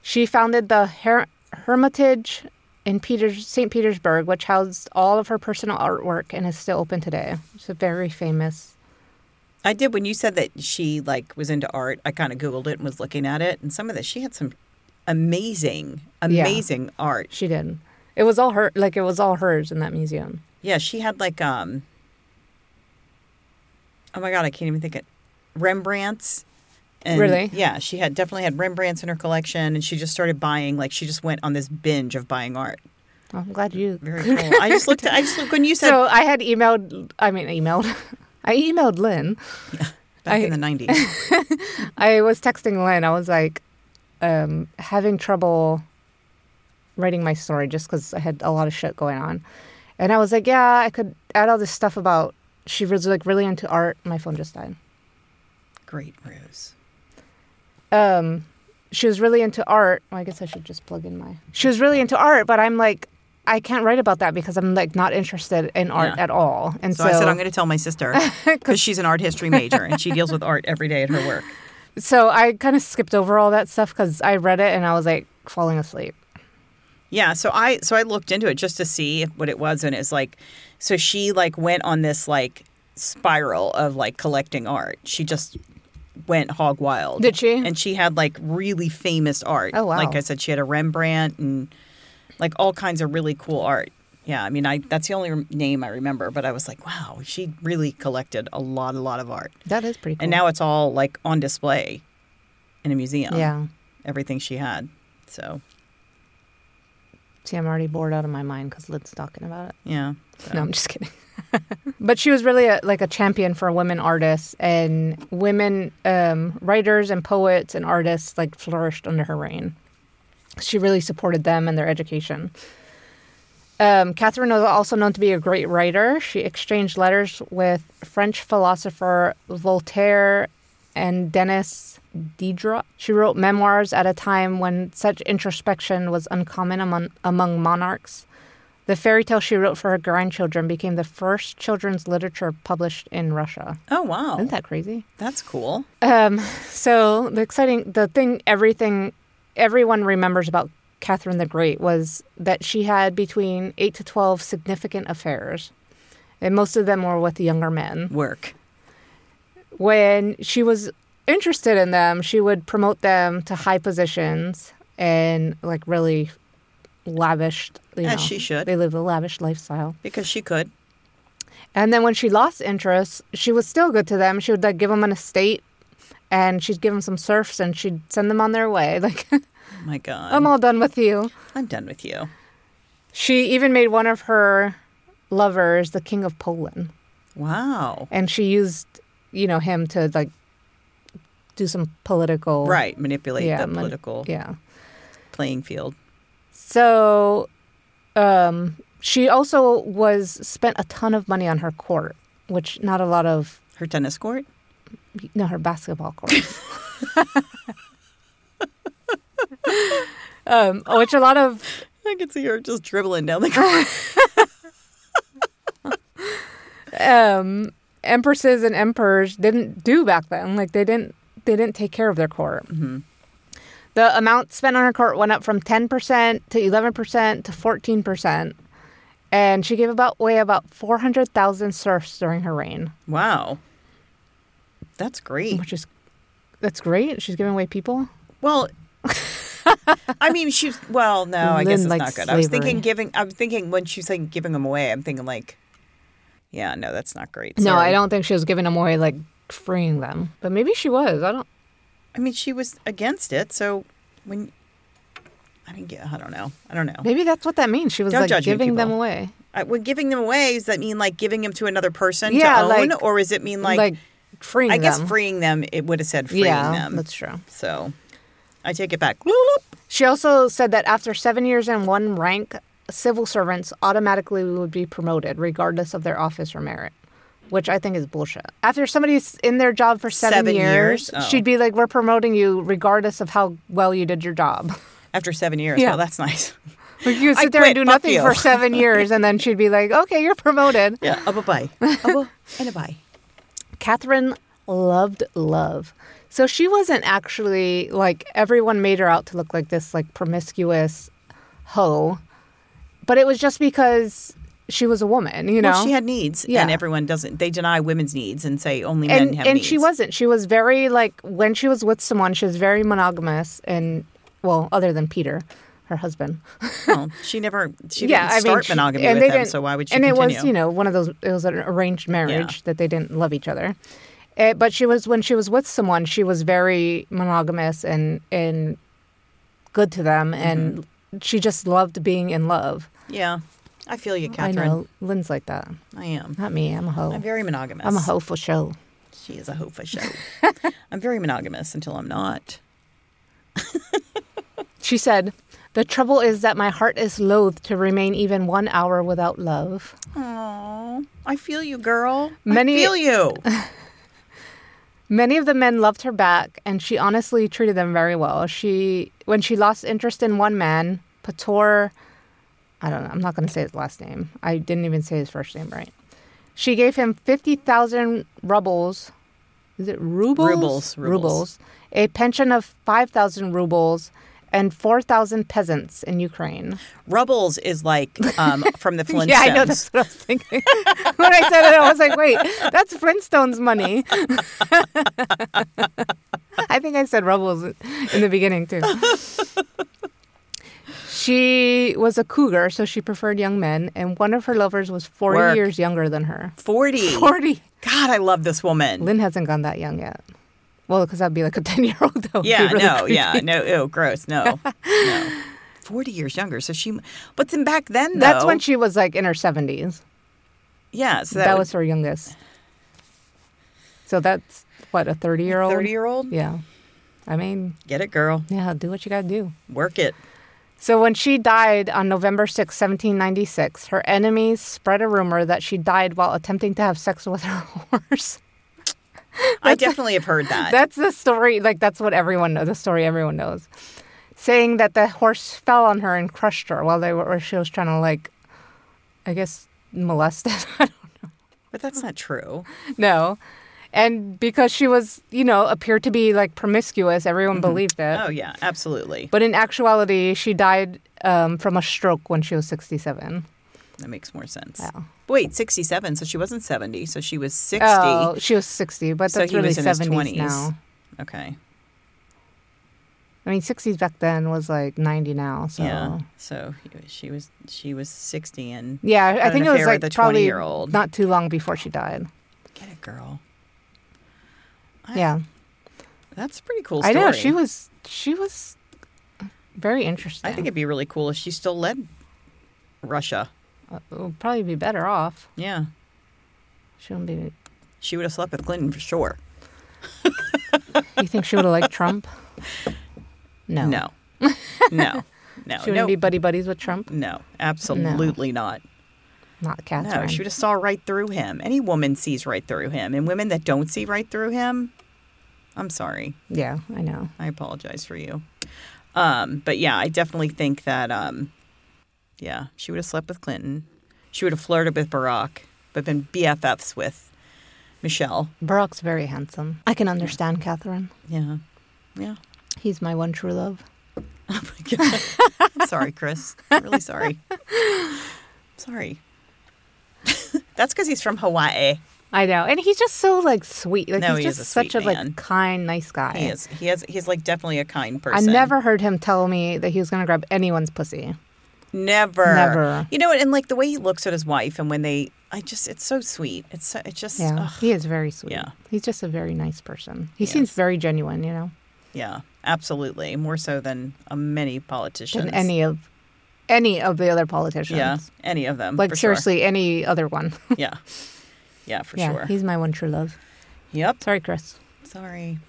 She founded the Her- Hermitage in Peters- St. Petersburg, which housed all of her personal artwork and is still open today. It's a very famous.
I did when you said that she like was into art. I kind of googled it and was looking at it, and some of this she had some amazing, amazing art.
She did. It was all her. Like it was all hers in that museum.
Yeah, she had like um Oh my god, I can't even think of Rembrandts. And
Really?
Yeah, she had definitely had Rembrandts in her collection and she just started buying like she just went on this binge of buying art.
Well, I'm glad you.
Very cool. I just looked I just looked when you said
So I had emailed. I mean, emailed. <laughs> I emailed Lynn.
back in
I-
the 90s.
I was texting Lynn. I was like, um, having trouble writing my story just because I had a lot of shit going on. And I was like, yeah, I could add all this stuff about she was like really into art. My phone just died.
Great Rose.
Um, she was really into art. Well, I guess I should just plug in my. She was really into art, but I'm like, I can't write about that because I'm like not interested in art
Yeah.
at all. And
So,
so,
I said I'm going to tell my
<laughs>
sister cuz she's an art history major and she deals with art every day at her work.
so I kind of skipped over all that stuff because I read it and I was like falling asleep.
Yeah, so I so I looked into it just to see if- what it was, and it's like, so she like went on this like spiral of like collecting art. She just went hog wild.
Did she?
And she had like really famous art.
Oh, wow.
Like I said, she had a Rembrandt and like all kinds of really cool art. Yeah, I mean, I that's the only rem- name I remember, but I was like, wow, she really collected a lot, a lot of art,
That is pretty cool.
and now it's all like on display in a museum.
yeah.
everything she had. So
See, I'm already bored out of my mind because Lynn's talking about it.
yeah, so.
No, I'm just kidding. <laughs> but she was really a, like a champion for women artists and women um, writers and poets and artists like flourished under her reign. She really supported them and their education. Um, Catherine was also known to be a great writer. She exchanged letters with French philosopher Voltaire and Denis Diderot. She wrote memoirs at a time when such introspection was uncommon among, among monarchs. The fairy tale she wrote for her grandchildren became the first children's literature published in Russia.
Oh wow,
Isn't that crazy?
that's cool.
Um, so the exciting, the thing, everything, everyone remembers about Catherine the Great was that she had between eight to twelve significant affairs, and most of them were with younger men.
work.
When she was interested in them, she would promote them to high positions and like really lavished. You
As
know,
she should.
They lived a lavish lifestyle.
Because she could.
And then when she lost interest, she was still good to them. She would like give them an estate, and she'd give them some serfs, and she'd send them on their way. <laughs> Like
My God.
I'm all done with you.
I'm done with you.
She even made one of her lovers the king of Poland,
Wow.
and she used you know him to like do some political
Right. Manipulate
Yeah,
the
man-
political
Yeah.
playing field.
So, um, she also was spent a ton of money on her court, which not a lot of
Her tennis court?
No, her basketball court. <laughs> um, which a lot of
I could see her just dribbling down the court.
um, empresses and emperors didn't do back then. Like they didn't they didn't take care of their court. The amount spent on her court went up from ten percent to eleven percent to fourteen percent, and she gave about away about four hundred thousand serfs during her reign,
<laughs> wow. That's great.
which is that's great. She's giving away people. <laughs>
Well, I mean, she's, well, no, I guess
Lynn
it's
likes
not good. I was
slavery.
thinking giving, I was thinking when she's saying giving them away, I'm thinking like, yeah, no, that's not great.
No,
Sorry.
I don't think she was giving them away like freeing them, but maybe she was. I don't.
I mean, she was against it. So when, I didn't get, I don't know. I don't know.
Maybe that's what that means. She was
Don't
like
judge me,
giving them
people.
away.
I, when Uh, giving them away, does that mean like giving them to another person to
Yeah,
own,
like-
or does it mean
Like,
like,
freeing
I guess
them.
freeing them? It would have said freeing
yeah,
them.
that's true.
So I take it back.
She also said that after seven years and one rank, civil servants automatically would be promoted regardless of their office or merit, which I think is bullshit. After somebody's in their job for seven,
Seven years? Oh.
she'd be like, "We're promoting you regardless of how well you did your job." <laughs>
After seven years,
Yeah.
well, that's
<laughs>
nice.
Like you would
I
sit there
quit,
and do
fuck
nothing
you.
for seven years, and then she'd be like, "Okay, you're promoted."
Yeah, a
<laughs>
bye, a Oh, and a bye.
Catherine loved love. So she wasn't actually like everyone made her out to look like this like promiscuous hoe. But it was just because she was a woman, you know.
Well, she had needs,
Yeah.
and everyone doesn't. They deny women's needs and say only men
and
have
and
needs.
she wasn't. She was very like when she was with someone, she was very monogamous and well, other than Peter, her husband.
Well, she never. She didn't start
she-
monogamy
and
with
they
him,
didn't-
so why would she
And
continue?
it was, you know, one of those. It was an arranged marriage that they didn't love each other. Eh, but she was when she was with someone, she was very monogamous and and good to them,
Mm-hmm.
and she just loved being in love.
yeah, I feel you,
I
Catherine.
know Lynn's like that.
I, am.
Not me. I'm a hoe.
I'm very monogamous.
I'm a hoe for show.
She is a hoe for
<laughs>
show. I'm very monogamous until I'm not.
She said, "The trouble is that my heart is loath to remain even one hour without love."
Oh, I feel you, girl.
Many-
I feel
<laughs>
you.
Many of the men loved her back, and she honestly treated them very well. She, when she lost interest in one man, Pator, I don't know, I'm not going to say his last name. I didn't even say his first name right. She gave him 50,000 rubles. Is it rubles?
Rubles, rubles.
A pension of 5,000 rubles and 4,000 peasants in Ukraine.
Rubbles is like um, from the Flintstones.
<laughs> Yeah, I know that's what I was thinking. <laughs> when I said it, I was like, wait, that's Flintstones money. <laughs> I think I said Rubbles in the
<laughs>
beginning too. She was a cougar, so she preferred young men, and one of her lovers was 40
Work.
years younger than her.
40.
40.
God, I love this woman.
Lynn hasn't gone that young yet. Well, because that'd be like a <laughs> 10 year old, though.
yeah, no, yeah, no, ew, gross, no.
<laughs>
no. 40 years younger. So she, but then back then, though.
That's when she was like in her 70s.
yeah, so
That, was her youngest. So that's what, a 30 year old?
30 year old.
Yeah. I mean,
Get it, girl.
yeah, do what you got to do.
Work
<laughs>
it.
So when she died on November 6, 1796, her enemies spread a rumor that she died while attempting to have sex with her <laughs> horse.
I definitely have heard that.
That's the story, like that's what everyone knows, the story everyone knows. Saying that the horse fell on her and crushed her while they were or she was trying to like I guess molest it. <laughs> I
But that's not true.
don't know. And because she was, you know, appeared to be like promiscuous, everyone believed it.
Oh, yeah, absolutely.
But in actuality, she died um, from a stroke when she was 67.
That makes more sense.
Yeah.
Wait, 67. So she wasn't 70. So she was 60.
Oh, she was 60, but
So
that's
he
really
was in his
70s
20s.
now.
Okay.
I mean, 60s back then was like 90 now. So
Yeah. So he- she was she was 60 and
Yeah, I
an
think it was
affair
like
with a
probably
20-year-old.
not too long before she died.
get it, girl. I-
yeah,
That's a pretty cool.
I
Story.
know she was. She was very interesting.
I think it'd be really cool if she still led Russia.
Uh, it would probably be better off.
Yeah,
She wouldn't be.
she would have slept with Clinton for sure.
You think she would have
<laughs>
liked Trump? No, <laughs>
No, no, no,
She wouldn't
no,
be buddy buddies with Trump.
no. Absolutely not.
Not
No,
Catherine.
she would have saw right through him. Any woman sees right through him, and women that don't see right through him, I'm sorry.
yeah, I know.
I apologize for you. Um, but yeah, I definitely think that um, yeah, she would have slept with Clinton. She would have flirted with Barack, but been BFFs with Michelle.
Barack's very handsome. I can understand Catherine.
Yeah. Yeah. <laughs>
He's my one true love.
Oh my god. I'm sorry, Chris. I'm really sorry. Sorry. <laughs> That's because he's from Hawaii.
I know, and he's just so like sweet. Like
No,
he's
he is
just
a
such
sweet
a like
man.
kind, nice guy.
He is. He has. He's like definitely a kind
I
person.
never heard him tell me that he was gonna grab anyone's pussy.
Never.
Never.
You know what? And like the way he looks at his wife, and when they, I just, it's so sweet. It's so, it's just,
Yeah,
ugh.
he is very sweet.
Yeah.
he's just a very nice person. He
He
seems
is.
very genuine, you know,
Yeah, absolutely. More so than uh, many politicians.
than any of any of the other politicians.
yeah, any of them.
like
for sure.
seriously, any other one.
Yeah, yeah, for
yeah,
sure.
he's my one true love.
Yep.
Sorry, Chris.
Sorry,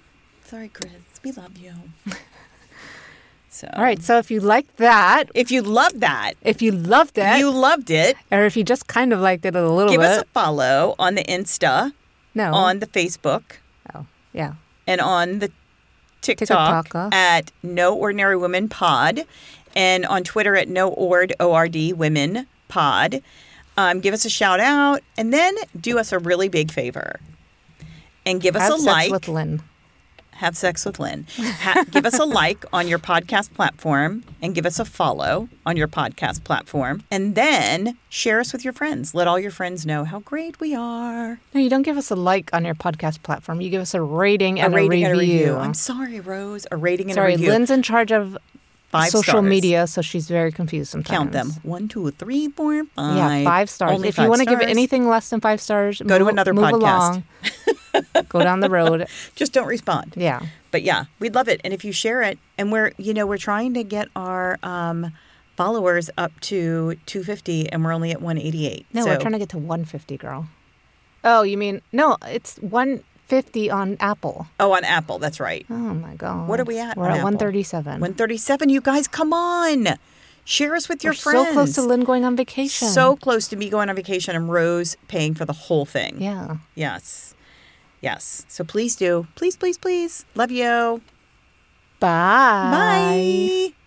sorry, Chris. We love you. <laughs> so,
All right, so if you liked that,
If you love that,
if you loved it,
you loved it.
or if you just kind of liked it a little
Give
bit,
us a follow on the Insta,
no,
on the Facebook,
oh, yeah.
and on the TikTok,
TikTok.
at No Ordinary Women Pod, and on Twitter at No Ord O R D Women Pod. Um, give us a shout out, and then do us a really big favor, and give us
Have
a
sex
like.
with Lynn.
have sex with Lynn. Ha- give us a like on your podcast platform, and give us a follow on your podcast platform, and then share us with your friends. Let all your friends know how great we are.
No, you don't give us a like on your podcast platform. You give us a rating, and,
rating
a
and a
review.
I'm sorry, Rose. A rating and
Sorry,
a review.
Lynn's in charge of
Five
social
stars.
media, so she's very confused sometimes.
Count them. One, two, three, four, five.
Yeah, five stars.
Only
if you
five
want to give it
stars.
anything less than five stars,
Go to another
move
podcast.
Along,
<laughs>
go down the road.
just don't respond.
Yeah.
But yeah, we'd love it. And if you share it, and we're, you know, we're trying to get our um, followers up to 250 and we're only at 188.
No,
so,
we're trying to get to 150, girl. Oh, you mean no? It's 150 on Apple.
Oh, on Apple. That's right.
Oh my god.
What are we at
We're
on
at
Apple?
137.
137. You guys, come on. Share us with your
We're
friends.
so close to Lynn going on vacation.
So close to me going on vacation and Rose paying for the whole thing.
yeah.
Yes. Yes. So please do. Please, please, please. Love you.
Bye.
Bye.